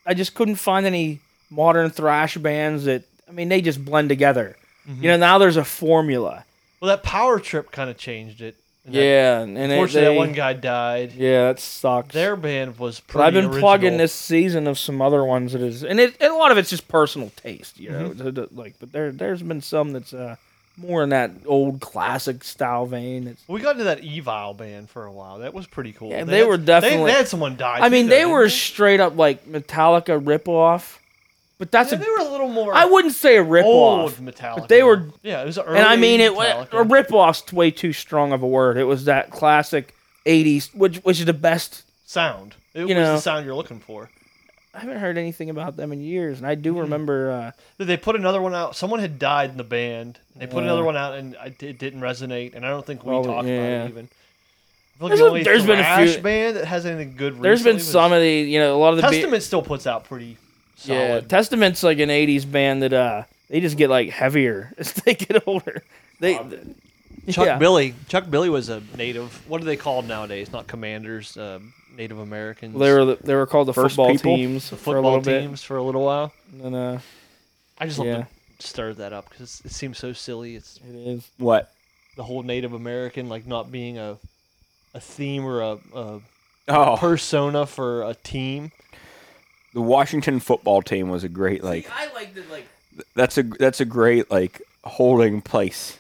Speaker 1: I just couldn't find any modern thrash bands that I mean they just blend together. You know, now there's a formula.
Speaker 6: Well, that power trip kind of changed it. and that-
Speaker 1: and it-
Speaker 6: unfortunately,
Speaker 1: they-
Speaker 6: that one guy died.
Speaker 1: Yeah, that sucks.
Speaker 6: Their band was pretty.
Speaker 1: But I've been
Speaker 6: original.
Speaker 1: plugging this season of some other ones that is, and it and a lot of it's just personal taste, you know.
Speaker 6: Mm-hmm.
Speaker 1: th- th- Like, but there there's been some that's uh, more in that old classic style vein. It's,
Speaker 6: We got into that Evil band for a while. That was pretty cool.
Speaker 1: Yeah, they were
Speaker 6: they-
Speaker 1: definitely-
Speaker 6: They, had someone die.
Speaker 1: I mean,
Speaker 6: too, though,
Speaker 1: they
Speaker 6: didn't
Speaker 1: were
Speaker 6: They?
Speaker 1: straight up like Metallica ripoff, but that's
Speaker 6: Yeah,
Speaker 1: a
Speaker 6: they were a little more.
Speaker 1: I wouldn't say a
Speaker 6: old
Speaker 1: ripoff,
Speaker 6: Metallica.
Speaker 1: but they were
Speaker 6: Yeah, it was early.
Speaker 1: and I mean it. wa-
Speaker 6: Metallica.
Speaker 1: A ripoff's way too strong of a word. It was that classic '80s, which which is the best
Speaker 6: sound. It was
Speaker 1: know.
Speaker 6: the sound you're looking for.
Speaker 1: I haven't heard anything about them in years, and I
Speaker 6: Mm-hmm.
Speaker 1: do remember. Uh,
Speaker 6: Did They put another one out. Someone had died in the band. They put another one out, and I- it didn't resonate. And I don't think we
Speaker 1: Well,
Speaker 6: talked
Speaker 1: Oh, yeah.
Speaker 6: about it even. I feel like
Speaker 1: There's
Speaker 6: the
Speaker 1: a-
Speaker 6: only
Speaker 1: there's been a
Speaker 6: thrash
Speaker 1: few-
Speaker 6: band that has anything good.
Speaker 1: there's been
Speaker 6: recently was-
Speaker 1: some of the, you know, a lot of the be-
Speaker 6: Testament still puts out pretty solid.
Speaker 1: Yeah, (laughs) Testament's like an '80s band that uh, they just get like heavier (laughs) as they get older. They, (laughs)
Speaker 6: Chuck
Speaker 1: yeah.
Speaker 6: Billy. Chuck Billy was a native. What are they called nowadays? Not commanders. Uh, Native Americans.
Speaker 1: they were they were called the
Speaker 7: First
Speaker 1: football
Speaker 7: people?
Speaker 1: teams
Speaker 6: the
Speaker 1: for a
Speaker 6: football
Speaker 1: little
Speaker 6: teams for a little while.
Speaker 1: bit, and uh,
Speaker 6: I just love
Speaker 1: Yeah.
Speaker 6: to stir that up because it seems so silly. It's
Speaker 1: it is.
Speaker 7: What?
Speaker 6: the whole Native American like not being a a theme or a, a
Speaker 7: Oh,
Speaker 6: persona for a team.
Speaker 7: the Washington football team was a great like.
Speaker 1: I like the like.
Speaker 7: That's a that's a great like holding place.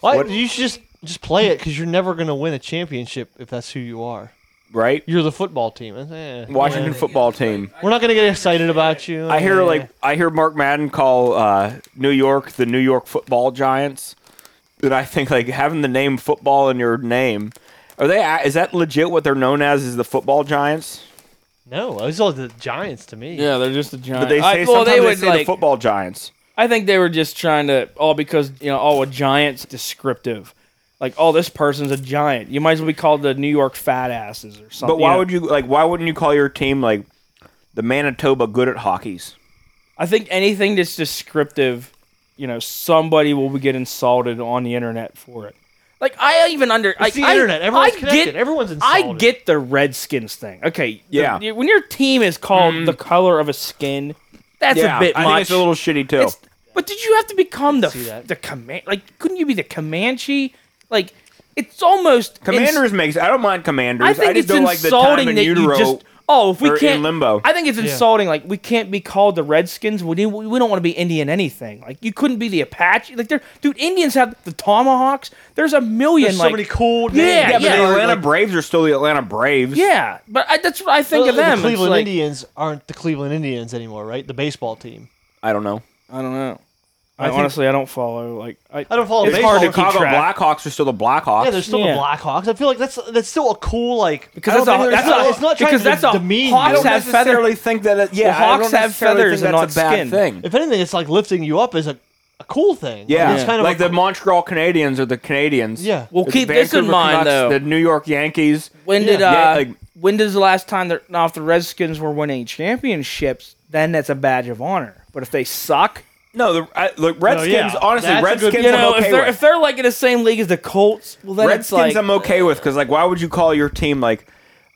Speaker 6: Why-
Speaker 7: What-
Speaker 6: You should just just play it because you're never gonna win a championship if that's who you are.
Speaker 7: Right?
Speaker 6: You're the football team. Eh,
Speaker 7: Washington
Speaker 6: eh.
Speaker 7: football team.
Speaker 6: We're not gonna get excited about you.
Speaker 7: I hear
Speaker 6: Eh.
Speaker 7: like I hear Mark Madden call uh, New York the New York Football Giants, and I think like having the name football in your name, are they? a- Is that legit? What they're known as is the Football Giants.
Speaker 6: no. It was all the Giants to me.
Speaker 1: Yeah, they're just a giant.
Speaker 7: But they say
Speaker 1: Uh, I, well,
Speaker 7: sometimes
Speaker 1: they
Speaker 7: they,
Speaker 1: would
Speaker 7: say the
Speaker 1: like.
Speaker 7: Football Giants.
Speaker 1: I think they were just trying to all because you know oh a giant's descriptive. Like, oh, this person's a giant. You might as well be called the New York Fat Asses or something.
Speaker 7: But why would you like? Why wouldn't you call your team like the Manitoba Good at Hockey's?
Speaker 1: I think anything that's descriptive you know, somebody will be getting salted on the internet for it. Like I even under like,
Speaker 6: the
Speaker 1: I-
Speaker 6: internet. Everyone's
Speaker 1: I
Speaker 6: connected.
Speaker 1: Get,
Speaker 6: Everyone's
Speaker 1: I
Speaker 6: insulted.
Speaker 1: get the Redskins thing. Okay, the-
Speaker 7: Yeah.
Speaker 1: when your team is called
Speaker 6: Mm.
Speaker 1: the color of a skin, that's
Speaker 7: yeah,
Speaker 1: a bit
Speaker 7: I
Speaker 1: much.
Speaker 7: think it's a little shitty too.
Speaker 1: It's- but did you have to become the
Speaker 6: see that.
Speaker 1: the command? Like, couldn't you be the Comanche? Like, it's almost ins-
Speaker 7: Commanders makes. I don't mind commanders.
Speaker 1: I think
Speaker 7: just
Speaker 1: it's
Speaker 7: don't like the time
Speaker 1: insulting
Speaker 7: in
Speaker 1: that
Speaker 7: utero.
Speaker 1: you just. Oh, if we
Speaker 7: or in
Speaker 1: can't
Speaker 7: limbo.
Speaker 1: I think it's insulting. Like we can't be called the Redskins. We didn't, we don't want to be Indian anything. Like you couldn't be the Apache. Like they're dude, Indians have the Tomahawks. There's a million.
Speaker 6: There's so
Speaker 1: like,
Speaker 6: many cool names.
Speaker 1: Yeah,
Speaker 7: yeah, but
Speaker 1: yeah.
Speaker 7: the Atlanta
Speaker 1: Like-
Speaker 7: Braves are still the Atlanta Braves.
Speaker 1: Yeah, but I, that's what I think
Speaker 6: The-
Speaker 1: of them.
Speaker 6: The Cleveland
Speaker 1: it's like,
Speaker 6: Indians aren't the Cleveland Indians anymore, right? The baseball team.
Speaker 7: I don't know.
Speaker 1: I don't know. I,
Speaker 6: think-
Speaker 1: honestly, I don't follow. Like I,
Speaker 6: I don't follow
Speaker 1: It's
Speaker 6: baseball.
Speaker 1: hard to
Speaker 6: It's
Speaker 1: keep
Speaker 7: Chicago
Speaker 1: track.
Speaker 7: Blackhawks are still the Blackhawks.
Speaker 6: Yeah, there's still
Speaker 1: Yeah.
Speaker 6: the Blackhawks. I feel like that's that's still a cool like
Speaker 1: Because
Speaker 6: I don't
Speaker 1: that's a-
Speaker 6: think there's
Speaker 1: that's
Speaker 6: no-
Speaker 1: a-
Speaker 6: it's not trying
Speaker 1: because
Speaker 6: to
Speaker 1: that's a-
Speaker 6: demean.
Speaker 1: Hawks
Speaker 6: you.
Speaker 1: have
Speaker 7: necessarily think that. it- yeah,
Speaker 1: Well,
Speaker 7: I don't
Speaker 1: Hawks have
Speaker 7: necessarily
Speaker 1: feathers
Speaker 7: think
Speaker 1: and
Speaker 7: that's
Speaker 1: not
Speaker 7: a bad
Speaker 1: skin.
Speaker 7: thing.
Speaker 6: If anything, it's like lifting you up is a, a cool thing.
Speaker 7: Yeah,
Speaker 6: like, it's kind of
Speaker 7: like
Speaker 6: a,
Speaker 7: the Montreal Canadiens or the Canadians.
Speaker 6: yeah.
Speaker 1: well,
Speaker 7: The
Speaker 1: keep this in
Speaker 7: Vancouver
Speaker 1: mind
Speaker 7: Canucks,
Speaker 1: though.
Speaker 7: The New York Yankees.
Speaker 1: when did
Speaker 7: Yeah,
Speaker 1: uh,
Speaker 7: like-
Speaker 1: when does the last time that now if the Redskins were winning championships, then that's a badge of honor. But if they suck,
Speaker 7: No, the I, look Redskins.
Speaker 1: Oh,
Speaker 6: yeah.
Speaker 7: Honestly,
Speaker 6: That's a good-
Speaker 7: Redskins.
Speaker 1: you know,
Speaker 7: I'm okay
Speaker 1: if they're
Speaker 7: with.
Speaker 1: if they're like in the same league as the Colts, well then
Speaker 7: Redskins,
Speaker 1: it's like
Speaker 7: I'm okay with because like, why would you call your team like,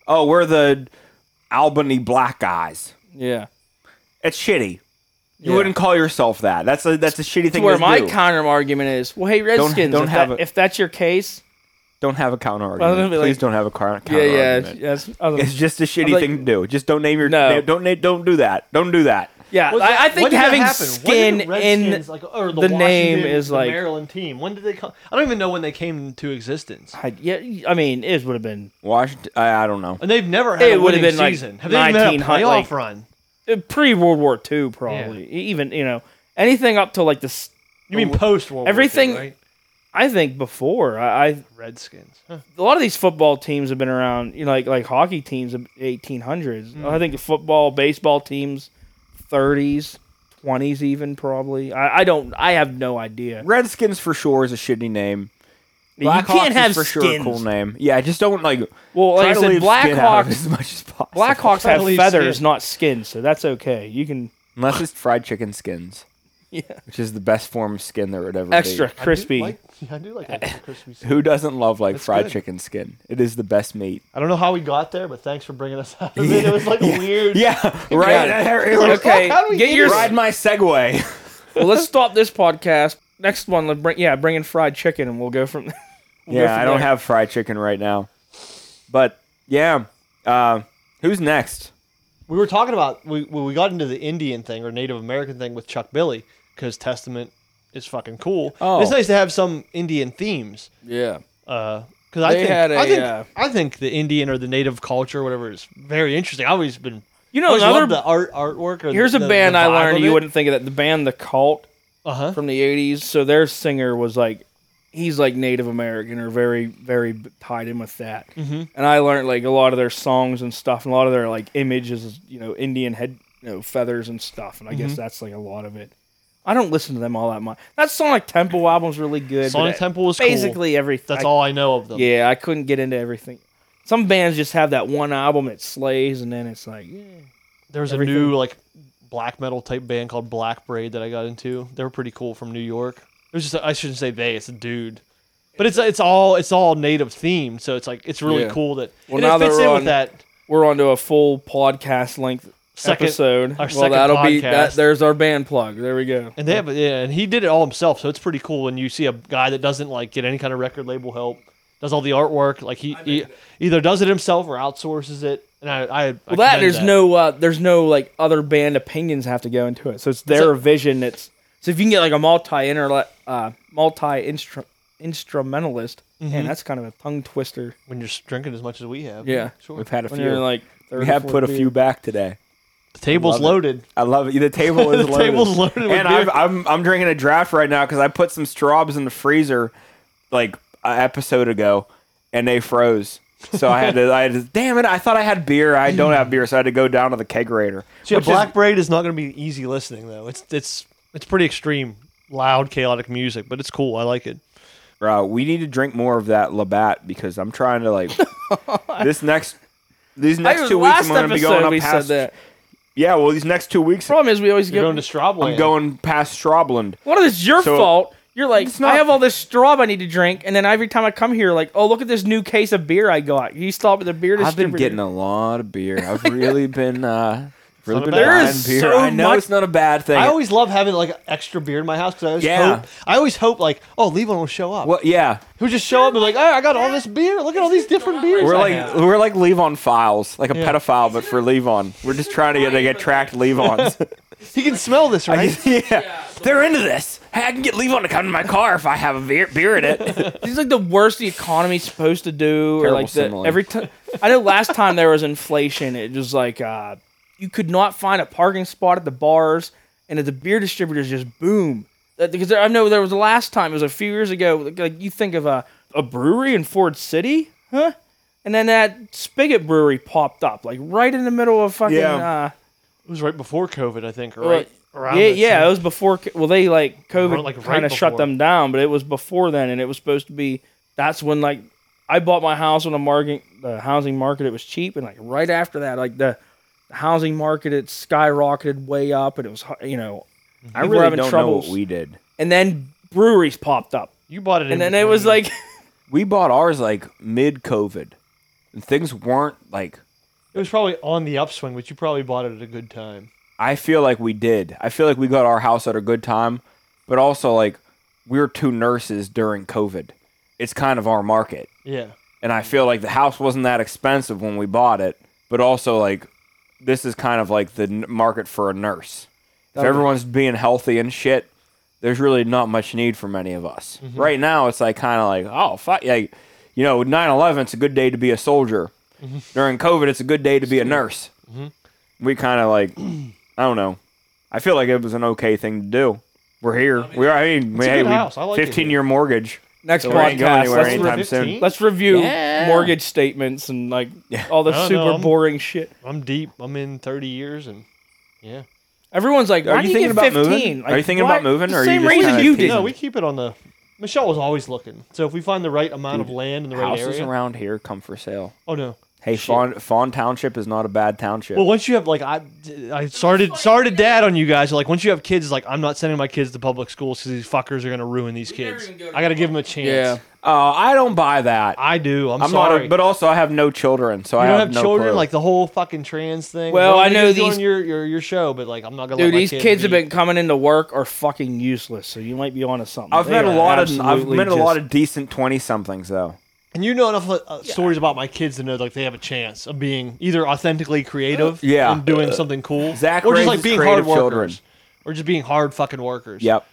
Speaker 7: oh, we're the Albany Black Guys?
Speaker 1: yeah.
Speaker 7: It's shitty. You
Speaker 1: Yeah.
Speaker 7: wouldn't call yourself that. That's a that's a shitty thing.
Speaker 1: where
Speaker 7: to
Speaker 1: my
Speaker 7: do.
Speaker 1: counter argument is, well, hey, Redskins,
Speaker 7: don't
Speaker 1: if,
Speaker 7: have
Speaker 1: that-
Speaker 7: a-
Speaker 1: if that's your case,
Speaker 7: don't have a counter
Speaker 1: I
Speaker 7: argument.
Speaker 1: don't feel
Speaker 7: Please
Speaker 1: like-
Speaker 7: don't have a counter, counter
Speaker 1: yeah, yeah,
Speaker 7: argument.
Speaker 1: yes, I don't-
Speaker 7: It's just a shitty
Speaker 1: like-
Speaker 7: thing to do. Just don't name your
Speaker 1: No.
Speaker 7: name- don't name, don't do that. Don't do that.
Speaker 1: yeah.
Speaker 6: Was that-
Speaker 1: I, I
Speaker 6: when
Speaker 1: think
Speaker 6: did that
Speaker 1: having
Speaker 6: happen? When
Speaker 1: skin
Speaker 6: did the
Speaker 1: in,
Speaker 6: Redskins, like, or
Speaker 1: the name
Speaker 6: Washington,
Speaker 1: is
Speaker 6: the
Speaker 1: like-
Speaker 6: Maryland team. When did they come? I don't even know when they came into existence.
Speaker 1: I, yeah, I mean, it would have been
Speaker 7: Washington. I, I don't know.
Speaker 6: And they've never had
Speaker 1: It
Speaker 6: a
Speaker 1: would've
Speaker 6: winning
Speaker 1: been, like,
Speaker 6: season. Have they even had a
Speaker 1: 1900,
Speaker 6: playoff
Speaker 1: like-
Speaker 6: run?
Speaker 1: pre World uh, War II, probably. E- Even you know anything up to like this.
Speaker 6: You mean post World
Speaker 1: Everything-
Speaker 6: War II, right?
Speaker 1: I think before I, I
Speaker 6: Redskins. Huh.
Speaker 1: a lot of these football teams have been around, you know, like like hockey teams of 1800s. I
Speaker 7: Mm-hmm.
Speaker 1: think football, baseball teams, 30s, 20s, even probably. I, I don't. I have no idea.
Speaker 7: Redskins for sure is a shitty name.
Speaker 1: You can't
Speaker 7: is
Speaker 1: have
Speaker 7: for sure a
Speaker 1: skins.
Speaker 7: cool name. Yeah, just don't like.
Speaker 1: Well,
Speaker 7: try
Speaker 1: like I
Speaker 7: to
Speaker 1: said,
Speaker 7: leave skin out of
Speaker 1: Blackhawks-
Speaker 7: it as much as possible.
Speaker 1: Blackhawks
Speaker 6: Try to
Speaker 1: have
Speaker 6: leave
Speaker 1: feathers,
Speaker 6: skin.
Speaker 1: not skin, so that's okay. You can
Speaker 7: unless it's fried
Speaker 1: (laughs)
Speaker 7: chicken skins. Yeah, which is the best form of skin there would ever
Speaker 1: extra
Speaker 7: be.
Speaker 1: crispy.
Speaker 6: I do like, (laughs) I do
Speaker 1: (laughs)
Speaker 6: like that crispy. stuff.
Speaker 7: Who doesn't love like fried
Speaker 6: good.
Speaker 7: chicken skin? It is the
Speaker 1: (laughs)
Speaker 7: best meat.
Speaker 6: I don't know how we got there, but thanks for bringing us out. of it. It was like weird.
Speaker 7: Yeah, (laughs) right. (laughs) It was-
Speaker 1: okay,
Speaker 6: How do we
Speaker 1: get
Speaker 6: get
Speaker 1: your.
Speaker 7: Ride my Segway. (laughs)
Speaker 1: well, let's stop this podcast. Next one, let bring yeah, bring in fried chicken, and we'll go from. we'll go
Speaker 7: yeah,
Speaker 1: from
Speaker 7: I don't
Speaker 1: there.
Speaker 7: have fried chicken right now, but yeah. Uh, who's next?
Speaker 6: We were talking about we when we got into the Indian thing or Native American thing with Chuck Billy because Testament is fucking cool.
Speaker 1: Oh.
Speaker 6: It's nice to have some Indian themes.
Speaker 1: Yeah.
Speaker 6: because I
Speaker 1: They
Speaker 6: think
Speaker 1: had a,
Speaker 6: I think
Speaker 1: uh,
Speaker 6: I think the Indian or the Native culture, whatever, is very interesting. I've always been
Speaker 1: You
Speaker 6: I
Speaker 1: know
Speaker 6: always loved
Speaker 1: another.
Speaker 6: the art artwork. Or
Speaker 1: Here's
Speaker 6: the,
Speaker 1: a band I learned you
Speaker 6: would
Speaker 1: wouldn't think of that. The band The Cult
Speaker 6: uh huh
Speaker 1: from the 80s. So their singer was like, he's like Native American or very, very b- tied in with that. Mm-hmm. And I learned like a lot of their songs and stuff, and a lot of their like images, is, you know, Indian head, you know, feathers and stuff. And I
Speaker 6: Mm-hmm.
Speaker 1: guess that's like a lot of it. I don't listen to them all that much. That Sonic Temple album's really good.
Speaker 6: Sonic
Speaker 1: but
Speaker 6: Temple was cool.
Speaker 1: basically everything.
Speaker 6: That's all I know of them.
Speaker 1: Yeah, I couldn't get into everything. Some bands just have that one album that slays, and then it's like, eh.
Speaker 6: There's
Speaker 1: Everything.
Speaker 6: a new like black metal type band called Black Braid that I got into. They were pretty cool from New York. It was just I shouldn't say they, it's a dude. But it's it's all it's all native themed, so it's like it's really
Speaker 1: Yeah.
Speaker 6: cool that
Speaker 1: Well,
Speaker 6: and
Speaker 1: now
Speaker 6: it fits
Speaker 1: they're
Speaker 6: in
Speaker 1: on
Speaker 6: with that
Speaker 1: we're onto a full podcast length
Speaker 6: Second-
Speaker 1: episode.
Speaker 6: our second
Speaker 1: that'll be
Speaker 6: podcast.
Speaker 1: that. There's our band plug. There we go.
Speaker 6: and they have yeah, and he did it all himself, so it's pretty cool when you see a guy that doesn't like get any kind of record label help, does all the artwork, like he, he either does it himself or outsources it. And I, I I
Speaker 1: Well, that
Speaker 6: commend
Speaker 1: there's no uh, there's no like other band opinions have to go into it. So it's their
Speaker 6: a-
Speaker 1: vision. That's so if you can get like a multi inter uh, multi instrumentalist,
Speaker 7: Mm-hmm.
Speaker 1: man, that's kind of a tongue twister.
Speaker 6: when you're drinking as much as we have.
Speaker 1: Yeah.
Speaker 6: sure.
Speaker 7: We've had a
Speaker 1: When you're
Speaker 7: few.
Speaker 1: like
Speaker 7: we have put a few back today.
Speaker 6: The table's
Speaker 7: Love it.
Speaker 6: loaded.
Speaker 7: I love it.
Speaker 6: (laughs)
Speaker 7: The table is
Speaker 6: The
Speaker 7: loaded.
Speaker 6: table's loaded with
Speaker 7: And
Speaker 6: beer.
Speaker 7: I've, I'm I'm drinking a draft right now because I put some straws in the freezer like an episode ago, and they froze. So I had to. I had to, damn it! I thought I had beer. I don't have beer, so I had to go down to the kegerator.
Speaker 6: Yeah,
Speaker 7: which is-
Speaker 6: Black Braid is not going to be easy listening though. It's it's it's pretty extreme, loud, chaotic music, but it's cool. I like it.
Speaker 7: Bro, we need to drink more of that Labatt because I'm
Speaker 1: (laughs)
Speaker 7: trying to like this next these next two
Speaker 1: last
Speaker 7: weeks I'm gonna be going
Speaker 1: episode
Speaker 7: up
Speaker 1: we
Speaker 7: past
Speaker 1: said that.
Speaker 7: Yeah, well, these next two weeks,
Speaker 1: Problem is, we always get
Speaker 6: You're going to Strobland.
Speaker 7: I'm going past Strobland.
Speaker 1: What is your
Speaker 7: So-
Speaker 1: fault? You're like,
Speaker 7: It's not-
Speaker 1: I have all this straw I need to drink, and then every time I come here, like, oh, look at this new case of beer I got. You stop at the beer
Speaker 7: I've been
Speaker 1: distributor.
Speaker 7: getting a lot of beer. I've really been, uh, really
Speaker 6: not
Speaker 7: been
Speaker 6: a bad-
Speaker 7: buying
Speaker 1: There's
Speaker 7: beer.
Speaker 1: so
Speaker 7: I know
Speaker 1: much-
Speaker 7: it's not a bad thing.
Speaker 6: I always love having like extra beer in my house because I always
Speaker 7: Yeah.
Speaker 6: hope I always hope like oh Levon will show up.
Speaker 7: well, yeah,
Speaker 6: He'll just show up and be like, oh, I got all this beer. Look at all these different beers.
Speaker 7: we're
Speaker 6: I
Speaker 7: like
Speaker 6: have."
Speaker 7: we're like Levon files, like a
Speaker 6: Yeah.
Speaker 7: pedophile, but for Levon. We're just trying to get to get
Speaker 1: (laughs)
Speaker 7: tracked Levons.
Speaker 6: he can smell this, right?
Speaker 7: (laughs) yeah. they're into this. Hey, I can get Levon to come to my car if I have a beer, beer
Speaker 1: (laughs)
Speaker 7: in it.
Speaker 1: This is like the worst the economy's supposed to do, or
Speaker 7: Terrible
Speaker 1: like the,
Speaker 7: simile.
Speaker 1: every time. I know last time there was inflation, it was like uh, you could not find a parking spot at the bars, and at the beer distributors just boom. Uh, Because there, I know there was the last time it was a few years ago. Like, like, you think of a a brewery in Ford City, huh? And then that Spigot Brewery popped up, like right in the middle of fucking.
Speaker 7: Yeah.
Speaker 1: Uh,
Speaker 6: It was right before COVID, I think, or
Speaker 1: Well,
Speaker 6: right around.
Speaker 1: yeah,
Speaker 6: that
Speaker 1: yeah, it
Speaker 6: time.
Speaker 1: was before. co- Well, they like COVID
Speaker 6: like, right
Speaker 1: kind of shut
Speaker 6: before.
Speaker 1: them down, but it was before then, and it was supposed to be. That's when like I bought my house on the market, the housing market. It was cheap, and like right after that, like the housing market, it skyrocketed way up, and it was hu- you know, people
Speaker 7: I
Speaker 1: were
Speaker 7: Mm-hmm. really
Speaker 1: having
Speaker 7: don't know
Speaker 1: troubles.
Speaker 7: what we did.
Speaker 1: and then breweries popped up,
Speaker 6: You bought it, in
Speaker 1: and then it
Speaker 6: between.
Speaker 1: was like (laughs)
Speaker 7: We bought ours like mid COVID, and things weren't like
Speaker 6: it was probably on the upswing, but you probably bought it at a good time.
Speaker 7: I feel like we did. I feel like we got our house at a good time, but also like we were two nurses during COVID. It's kind of our market.
Speaker 6: Yeah,
Speaker 7: And I feel like the house wasn't that expensive when we bought it, but also like this is kind of like the n- market for a nurse. If everyone's being healthy and shit, there's really not much need for many of us.
Speaker 6: Mm-hmm.
Speaker 7: Right now, it's like kind of like, oh, fuck. Like, you know, 9 11, it's a good day to be a soldier.
Speaker 6: Mm-hmm.
Speaker 7: During COVID, it's a good day to be a nurse. We kind of like, (clears throat) I don't know. I feel like it was an okay thing to do. We're here. we are, I mean,
Speaker 6: a
Speaker 7: hey,
Speaker 6: good
Speaker 7: we,
Speaker 6: house. I like it here.
Speaker 7: 15 year mortgage.
Speaker 1: next
Speaker 7: So we ain't going
Speaker 1: podcast.
Speaker 7: anywhere
Speaker 1: Let's,
Speaker 7: anytime
Speaker 1: re-
Speaker 7: soon.
Speaker 6: 15?
Speaker 1: let's review mortgage statements and like all the
Speaker 6: I don't
Speaker 1: super
Speaker 6: know, I'm-
Speaker 1: boring shit.
Speaker 6: I'm deep. I'm in 30 years, and yeah.
Speaker 1: Everyone's like,
Speaker 7: Are
Speaker 1: why
Speaker 7: you
Speaker 1: do
Speaker 7: thinking
Speaker 1: get
Speaker 7: about
Speaker 1: 15?
Speaker 7: moving?
Speaker 1: Like,
Speaker 7: Are you thinking
Speaker 1: why-
Speaker 7: about moving,
Speaker 1: The
Speaker 7: or are you
Speaker 1: same
Speaker 7: just
Speaker 1: reason
Speaker 7: kinda
Speaker 1: you
Speaker 7: keeping-
Speaker 1: did.
Speaker 6: No, we keep it on the. Michelle was always looking, so if we find the right amount of land in the right
Speaker 7: Houses
Speaker 6: area.
Speaker 7: around here come for sale.
Speaker 6: oh no.
Speaker 7: Hey, Fawn, Fawn Township is not a bad township.
Speaker 6: Well, once you have like I, I started started dad on you guys. Like once you have kids, like I'm not sending my kids to public schools because these fuckers are gonna ruin these kids. I gotta give them a chance.
Speaker 1: Yeah.
Speaker 7: Uh, I don't buy that.
Speaker 6: I do. I'm,
Speaker 7: I'm
Speaker 6: sorry.
Speaker 7: not, a, but also I have no children, so I
Speaker 6: you don't
Speaker 7: have,
Speaker 6: have
Speaker 7: no
Speaker 6: children,
Speaker 7: clue.
Speaker 6: like the whole fucking trans thing.
Speaker 1: Well,
Speaker 6: Whatever
Speaker 1: I know
Speaker 6: you do on
Speaker 1: these-
Speaker 6: your, your your show, but like I'm not gonna. let
Speaker 1: Dude,
Speaker 6: my
Speaker 1: these
Speaker 6: kid
Speaker 1: kids have
Speaker 6: be-
Speaker 1: been coming into work are fucking useless. So you might be onto something.
Speaker 7: I've
Speaker 1: They
Speaker 7: met a
Speaker 1: are
Speaker 7: lot of I've
Speaker 1: absolutely
Speaker 7: met a
Speaker 1: just-
Speaker 7: lot of decent twenty somethings though.
Speaker 6: And you know enough uh, stories about my kids to know like they have a chance of being either authentically creative,
Speaker 7: Yeah.
Speaker 6: and doing something cool,
Speaker 7: Zach
Speaker 6: or just like
Speaker 7: raises
Speaker 6: being hard
Speaker 7: creative
Speaker 6: workers,
Speaker 7: children.
Speaker 6: or just being hard fucking workers.
Speaker 7: Yep.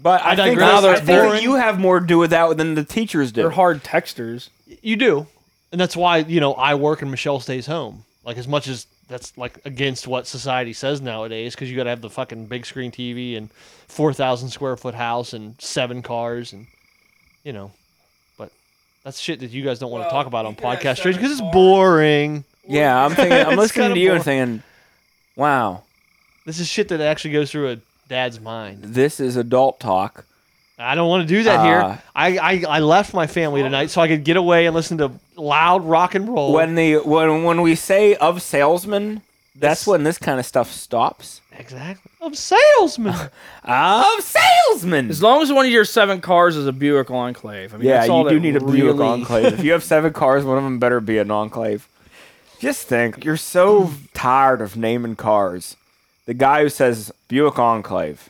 Speaker 7: But I,
Speaker 6: I digress.
Speaker 7: think, that-
Speaker 6: Now
Speaker 7: I
Speaker 6: they're
Speaker 7: think that
Speaker 6: boring.
Speaker 7: you have more to do with that than the teachers do.
Speaker 1: They're hard texters.
Speaker 6: You do, and that's why you know I work and Michelle stays home. Like as much as that's like against what society says nowadays, because you got to have the fucking big screen TV and four thousand square foot house and seven cars and you know, but that's shit that you guys don't want to talk about on podcast because it's boring.
Speaker 7: Yeah, I'm thinking.
Speaker 6: (laughs)
Speaker 7: I'm
Speaker 6: It's
Speaker 7: listening to
Speaker 6: kinda
Speaker 7: you and thinking, wow,
Speaker 6: This is shit that actually goes through a dad's mind.
Speaker 7: this is adult talk.
Speaker 6: I don't want to do that
Speaker 7: Uh,
Speaker 6: here. I, I I left my family tonight so I could get away and listen to loud rock and roll.
Speaker 7: When the when when we say of salesmen, that's
Speaker 6: This-
Speaker 7: when this kind of stuff stops.
Speaker 6: exactly, I'm
Speaker 7: (laughs)
Speaker 6: salesman. Ah.
Speaker 7: Of salesmen.
Speaker 1: As long as one of your seven cars is a Buick Enclave. I mean,
Speaker 7: Yeah,
Speaker 1: that's all
Speaker 7: you do
Speaker 1: that
Speaker 7: need a
Speaker 1: really...
Speaker 7: Buick Enclave. If you
Speaker 1: (laughs)
Speaker 7: have seven cars, one of them better be an Enclave. Just think, you're so tired of naming cars. The guy who says Buick Enclave,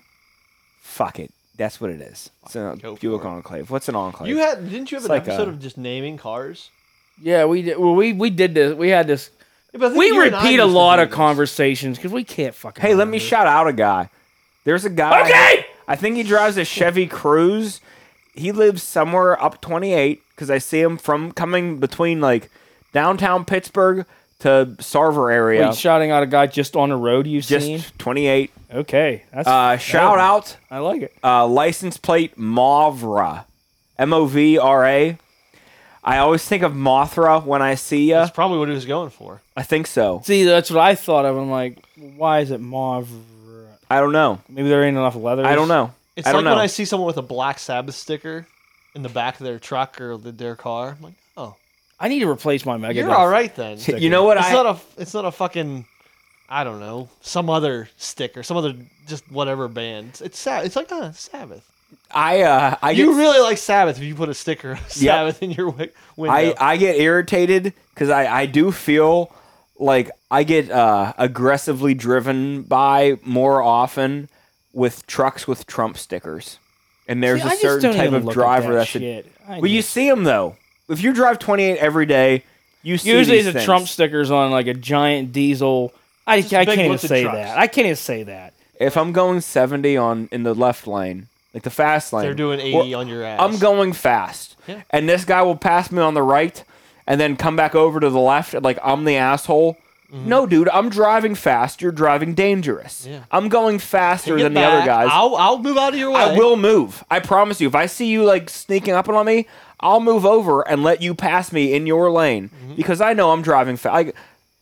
Speaker 7: fuck it, that's what it is. It's a
Speaker 6: go for
Speaker 7: Buick
Speaker 6: it.
Speaker 7: Enclave. What's an Enclave?
Speaker 6: you had didn't you have
Speaker 7: It's
Speaker 6: an
Speaker 7: like uh,
Speaker 6: episode
Speaker 7: a-
Speaker 6: of just naming cars?
Speaker 1: Yeah, we did. Well, we we did this. We had this.
Speaker 6: Yeah, but I think
Speaker 1: We
Speaker 6: you and I
Speaker 1: repeat
Speaker 6: used
Speaker 1: a
Speaker 6: to
Speaker 1: lot
Speaker 6: do
Speaker 1: of
Speaker 6: this.
Speaker 1: conversations because we can't fucking.
Speaker 7: hey, let me shout out a guy. There's a guy.
Speaker 1: Okay!
Speaker 7: I think he drives a Chevy Cruze. He lives somewhere up 28 because I see him from coming between like downtown Pittsburgh to Sarver area.
Speaker 1: Wait, shouting out a guy just on the road you've seen.
Speaker 7: just 28.
Speaker 1: Okay, that's
Speaker 7: Uh,
Speaker 1: Oh.
Speaker 7: shout out
Speaker 1: I like it.
Speaker 7: uh, license plate Mavra, M O V R A. I always think of Mothra when I see ya.
Speaker 6: That's probably what he was going for.
Speaker 7: I think so.
Speaker 1: See, that's what I thought of. I'm like, why is it mauve?
Speaker 7: I don't know.
Speaker 1: Maybe there ain't enough leather.
Speaker 7: I don't know.
Speaker 6: It's
Speaker 7: I
Speaker 6: like
Speaker 7: don't
Speaker 6: when
Speaker 7: know.
Speaker 6: I see someone with a Black Sabbath sticker in the back of their truck or the, their car. I'm like, oh,
Speaker 1: I need to replace my Megadeth.
Speaker 7: (laughs)
Speaker 6: you're all right then. It's
Speaker 7: you know what? I
Speaker 6: not a it's not a fucking I don't know, some other stick or some other just whatever band. It's, it's sad. It's like uh, Sabbath.
Speaker 7: I uh, I
Speaker 6: You
Speaker 7: get,
Speaker 6: really like Sabbath if you put a sticker of Sabbath in your wi- window.
Speaker 7: I, I get irritated because I, I do feel like I get uh, aggressively driven by more often with trucks with Trump stickers, and there's
Speaker 1: See, I
Speaker 7: a
Speaker 1: just don't
Speaker 7: certain type
Speaker 1: even
Speaker 7: of
Speaker 1: look at
Speaker 7: driver
Speaker 1: that
Speaker 7: that's
Speaker 1: shit. I
Speaker 7: A, well, you
Speaker 1: just-
Speaker 7: see them though. If you drive 28 every day, you see
Speaker 1: usually
Speaker 7: these
Speaker 1: it's a
Speaker 7: things.
Speaker 1: Trump stickers on like a giant diesel. I, I can't
Speaker 6: big
Speaker 1: even
Speaker 6: lifted
Speaker 1: say
Speaker 6: trucks.
Speaker 1: that. I can't even say that.
Speaker 7: If I'm going 70 on in the left lane, like the fast lane,
Speaker 6: They're doing 80
Speaker 7: or-
Speaker 6: on your ass.
Speaker 7: I'm going fast.
Speaker 6: Yeah.
Speaker 7: And this guy will pass me on the right and then come back over to the left and, like I'm the asshole.
Speaker 1: Mm-hmm.
Speaker 7: No, dude, I'm driving fast. You're driving dangerous.
Speaker 6: Yeah.
Speaker 7: I'm going faster
Speaker 6: Get
Speaker 7: than the
Speaker 6: back.
Speaker 7: other guys.
Speaker 6: I'll, I'll move out of your way.
Speaker 7: I will move. I promise you. If I see you like sneaking up on me, I'll move over and let you pass me in your lane because I know I'm driving fast.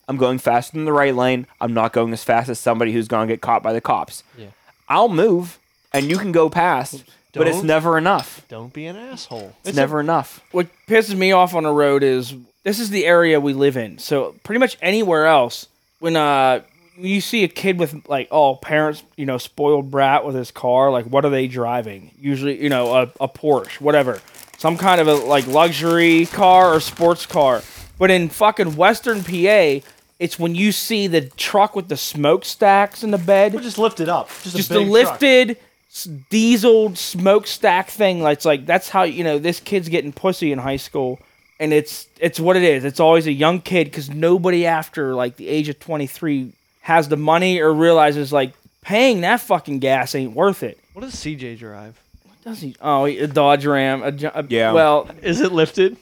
Speaker 7: I'm going faster than the right lane. I'm not going as fast as somebody who's going to get caught by the cops.
Speaker 6: Yeah.
Speaker 7: I'll move and you can go past, but it's
Speaker 6: Don't.
Speaker 7: never enough.
Speaker 6: Don't be an asshole.
Speaker 7: It's, never enough.
Speaker 1: What pisses me off on the road is this is the area we live in. So pretty much anywhere else, when uh you see a kid with like oh parents you know spoiled brat with his car, like what are they driving? Usually you know a, a Porsche, whatever, some kind of a like luxury car or sports car. But in fucking Western PA, it's when you see the truck with the smokestacks in the bed
Speaker 6: We'll just lift it up. Just,
Speaker 1: just
Speaker 6: a
Speaker 1: the
Speaker 6: big truck.
Speaker 1: lifted s- diesel smokestack thing. Like it's like that's how you know this kid's getting pussy in high school, and it's it's what it is. It's always a young kid because nobody after like the age of twenty three has the money or realizes like paying that fucking gas ain't worth it.
Speaker 6: What does CJ drive?
Speaker 1: Does he? Oh, he- a Dodge Ram. A, Ju- a-
Speaker 7: Yeah.
Speaker 1: Well,
Speaker 6: Is it lifted?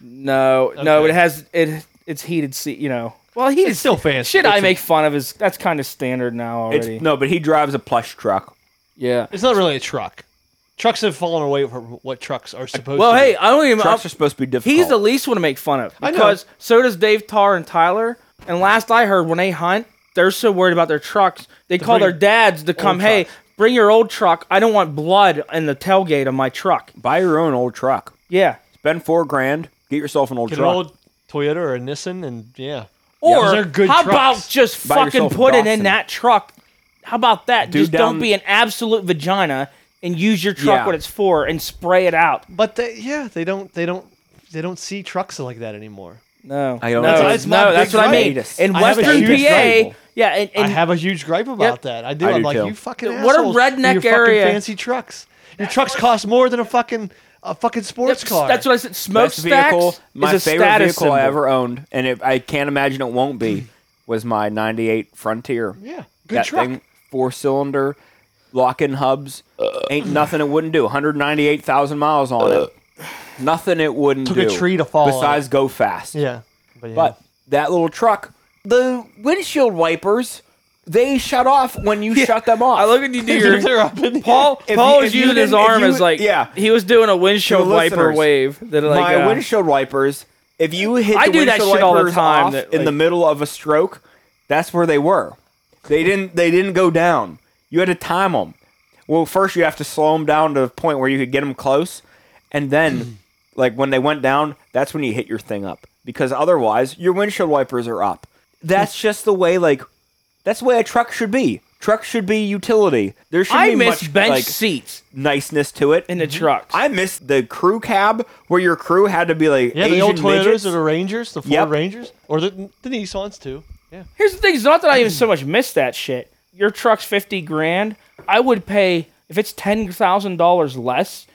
Speaker 1: no, no,
Speaker 6: Okay.
Speaker 1: it has it. It's heated seat. You know. Well, heated
Speaker 6: It's still fancy.
Speaker 1: Shit,
Speaker 6: It's
Speaker 1: I
Speaker 6: a-
Speaker 1: make fun of is that's kind of standard now
Speaker 7: It's,
Speaker 1: already.
Speaker 7: no, but he drives a plush truck.
Speaker 1: yeah.
Speaker 6: It's not really a truck. Trucks have fallen away from what trucks are supposed
Speaker 1: Well,
Speaker 6: to
Speaker 1: hey,
Speaker 6: be.
Speaker 1: I don't even.
Speaker 7: Trucks
Speaker 1: I-
Speaker 7: are supposed to be difficult.
Speaker 1: He's the least one to make fun of
Speaker 6: Oh. know.
Speaker 1: because so does Dave Tarr and Tyler. And last I heard, when they hunt, they're so worried about their trucks, they call
Speaker 6: bring
Speaker 1: their dads to come. Hey,
Speaker 6: trucks."
Speaker 1: bring your old truck. I don't want blood in the tailgate of my truck.
Speaker 7: buy your own old truck.
Speaker 1: Yeah,
Speaker 7: Spend four grand, get yourself an old
Speaker 6: Get an
Speaker 7: truck.
Speaker 6: old Toyota or a Nissan and yeah.
Speaker 1: or
Speaker 6: Those are good
Speaker 1: how
Speaker 6: trucks.
Speaker 1: about just
Speaker 7: Buy
Speaker 1: fucking
Speaker 7: yourself a
Speaker 1: put it in
Speaker 7: Datsun.
Speaker 1: that truck? How about that?
Speaker 7: Do
Speaker 1: just
Speaker 7: down-
Speaker 1: don't be an absolute vagina and use your truck
Speaker 7: Yeah.
Speaker 1: what it's for and spray it out.
Speaker 6: But they, yeah, they don't they don't they don't see trucks like that anymore.
Speaker 1: No,
Speaker 7: I don't
Speaker 1: no,
Speaker 7: know.
Speaker 1: no,
Speaker 7: That's
Speaker 1: that's,
Speaker 6: my big
Speaker 1: what I
Speaker 6: gripe.
Speaker 1: mean. In
Speaker 6: I have a
Speaker 1: Western
Speaker 6: huge
Speaker 1: PA,
Speaker 7: gripe.
Speaker 1: yeah, and, and
Speaker 6: I have a huge gripe about that. I do.
Speaker 7: I
Speaker 6: I am
Speaker 7: do
Speaker 6: like
Speaker 7: too.
Speaker 6: you fucking
Speaker 1: What a
Speaker 6: assholes with
Speaker 1: redneck
Speaker 6: your fucking
Speaker 1: area.
Speaker 6: Fancy trucks. Your trucks cost more than a fucking a fucking sports
Speaker 1: That's-
Speaker 6: car.
Speaker 1: That's what I said.
Speaker 7: Best vehicle,
Speaker 1: Smokestacks
Speaker 7: my
Speaker 1: is a
Speaker 7: favorite
Speaker 1: status
Speaker 7: vehicle I
Speaker 1: symbol.
Speaker 7: ever owned, and it, I can't imagine it won't be, (clears throat) was my '98 Frontier.
Speaker 6: Yeah, good
Speaker 7: that
Speaker 6: truck.
Speaker 7: thing, four cylinder, lock-in hubs,
Speaker 6: Uh.
Speaker 7: ain't nothing it wouldn't do. 198,000 miles on it, nothing it wouldn't
Speaker 6: Uh. Took
Speaker 7: do.
Speaker 6: a tree to fall on
Speaker 7: Besides, go fast.
Speaker 6: Yeah. But, yeah.
Speaker 7: But that little truck, the windshield wipers, they shut off when you shut them off.
Speaker 1: I look
Speaker 7: (laughs)
Speaker 1: at you, do
Speaker 6: If
Speaker 1: your
Speaker 6: they're up in the
Speaker 1: Paul.
Speaker 7: If
Speaker 1: Paul
Speaker 7: you-
Speaker 1: was
Speaker 7: if you
Speaker 1: using his
Speaker 7: didn't- if
Speaker 1: arm
Speaker 7: you
Speaker 1: as
Speaker 7: would-
Speaker 1: like
Speaker 7: yeah.
Speaker 1: he was doing a windshield
Speaker 7: To the
Speaker 1: wiper
Speaker 7: listeners,
Speaker 1: wave. That like
Speaker 7: my
Speaker 1: uh,
Speaker 7: windshield wipers. If you hit
Speaker 1: I
Speaker 7: the
Speaker 1: do that
Speaker 7: windshield
Speaker 1: shit all the
Speaker 7: wipers
Speaker 1: time,
Speaker 7: off
Speaker 1: that,
Speaker 7: in the
Speaker 1: like-
Speaker 7: middle of a stroke, that's where they were. They didn't. They didn't go down. You had to time them. Well, first you have to slow them down to the point where you could get them close, and then, (clears throat) like when they went down, that's when you hit your thing up because otherwise your windshield wipers are up.
Speaker 1: Hmm.
Speaker 7: That's just the way. Like that's the way a truck should be. Truck should be utility. There should
Speaker 1: I
Speaker 7: be
Speaker 1: miss
Speaker 7: much
Speaker 1: bench
Speaker 7: like
Speaker 1: seats
Speaker 7: niceness to it. Mm-hmm.
Speaker 1: in the trucks.
Speaker 7: I miss the crew cab where your crew had to be like
Speaker 6: yeah, the
Speaker 7: Asian
Speaker 6: old Toyotas
Speaker 7: midgets.
Speaker 6: or the Rangers, the Ford
Speaker 7: Yep.
Speaker 6: Rangers, or the, the Nissans too. Yeah.
Speaker 1: Here's the thing: it's not that I even so much miss that shit. Your truck's fifty grand. I would pay if it's ten thousand dollars less.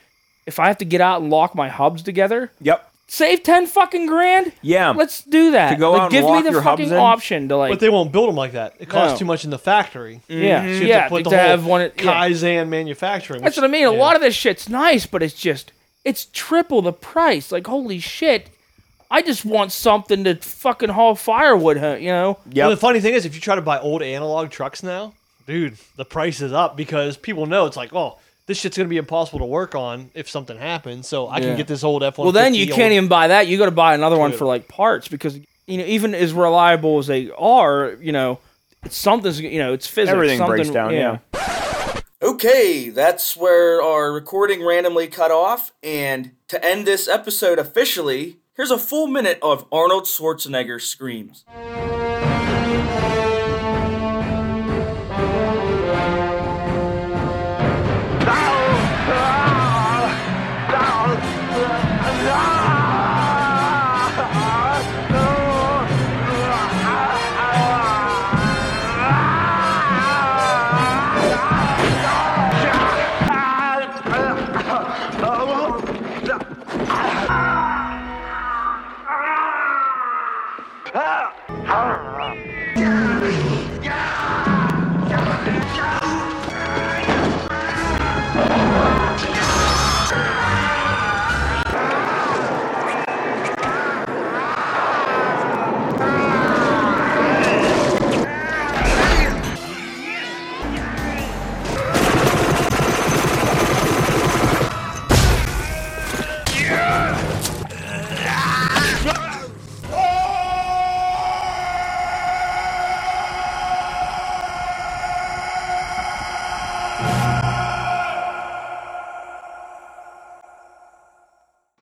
Speaker 1: If I have to get out and lock my hubs together,
Speaker 7: Yep.
Speaker 1: save ten fucking grand.
Speaker 7: Yeah.
Speaker 1: let's do that.
Speaker 7: To go
Speaker 1: like,
Speaker 7: out and
Speaker 1: give
Speaker 7: lock
Speaker 1: me the
Speaker 7: your hubs
Speaker 1: fucking
Speaker 7: in?
Speaker 1: option to like.
Speaker 6: But they won't build them like that. It costs
Speaker 1: No.
Speaker 6: too much in the factory.
Speaker 1: yeah,
Speaker 6: So you have
Speaker 1: yeah,
Speaker 6: to put the
Speaker 1: to
Speaker 6: whole
Speaker 1: have one. at- yeah.
Speaker 6: Kaizen manufacturing.
Speaker 1: That's
Speaker 6: which-
Speaker 1: what I mean. A
Speaker 6: yeah.
Speaker 1: lot of this shit's nice, but it's just it's triple the price. Like holy shit, I just want something to fucking haul firewood. huh, You know,
Speaker 6: Well,
Speaker 7: Yep.
Speaker 6: the funny thing is, if you try to buy old analog trucks now, dude, the price is up because people know it's like, oh, this shit's gonna be impossible to work on if something happens. So I can
Speaker 1: Yeah.
Speaker 6: get this old F one.
Speaker 1: well then you can't even buy that. You got to buy another one for like parts because you know even as reliable as they are, you know, it's something's you know it's physics.
Speaker 7: Everything
Speaker 1: something-
Speaker 7: breaks down, yeah.
Speaker 9: Okay, that's where our recording randomly cut off. And to end this episode officially, here's a full minute of Arnold Schwarzenegger screams.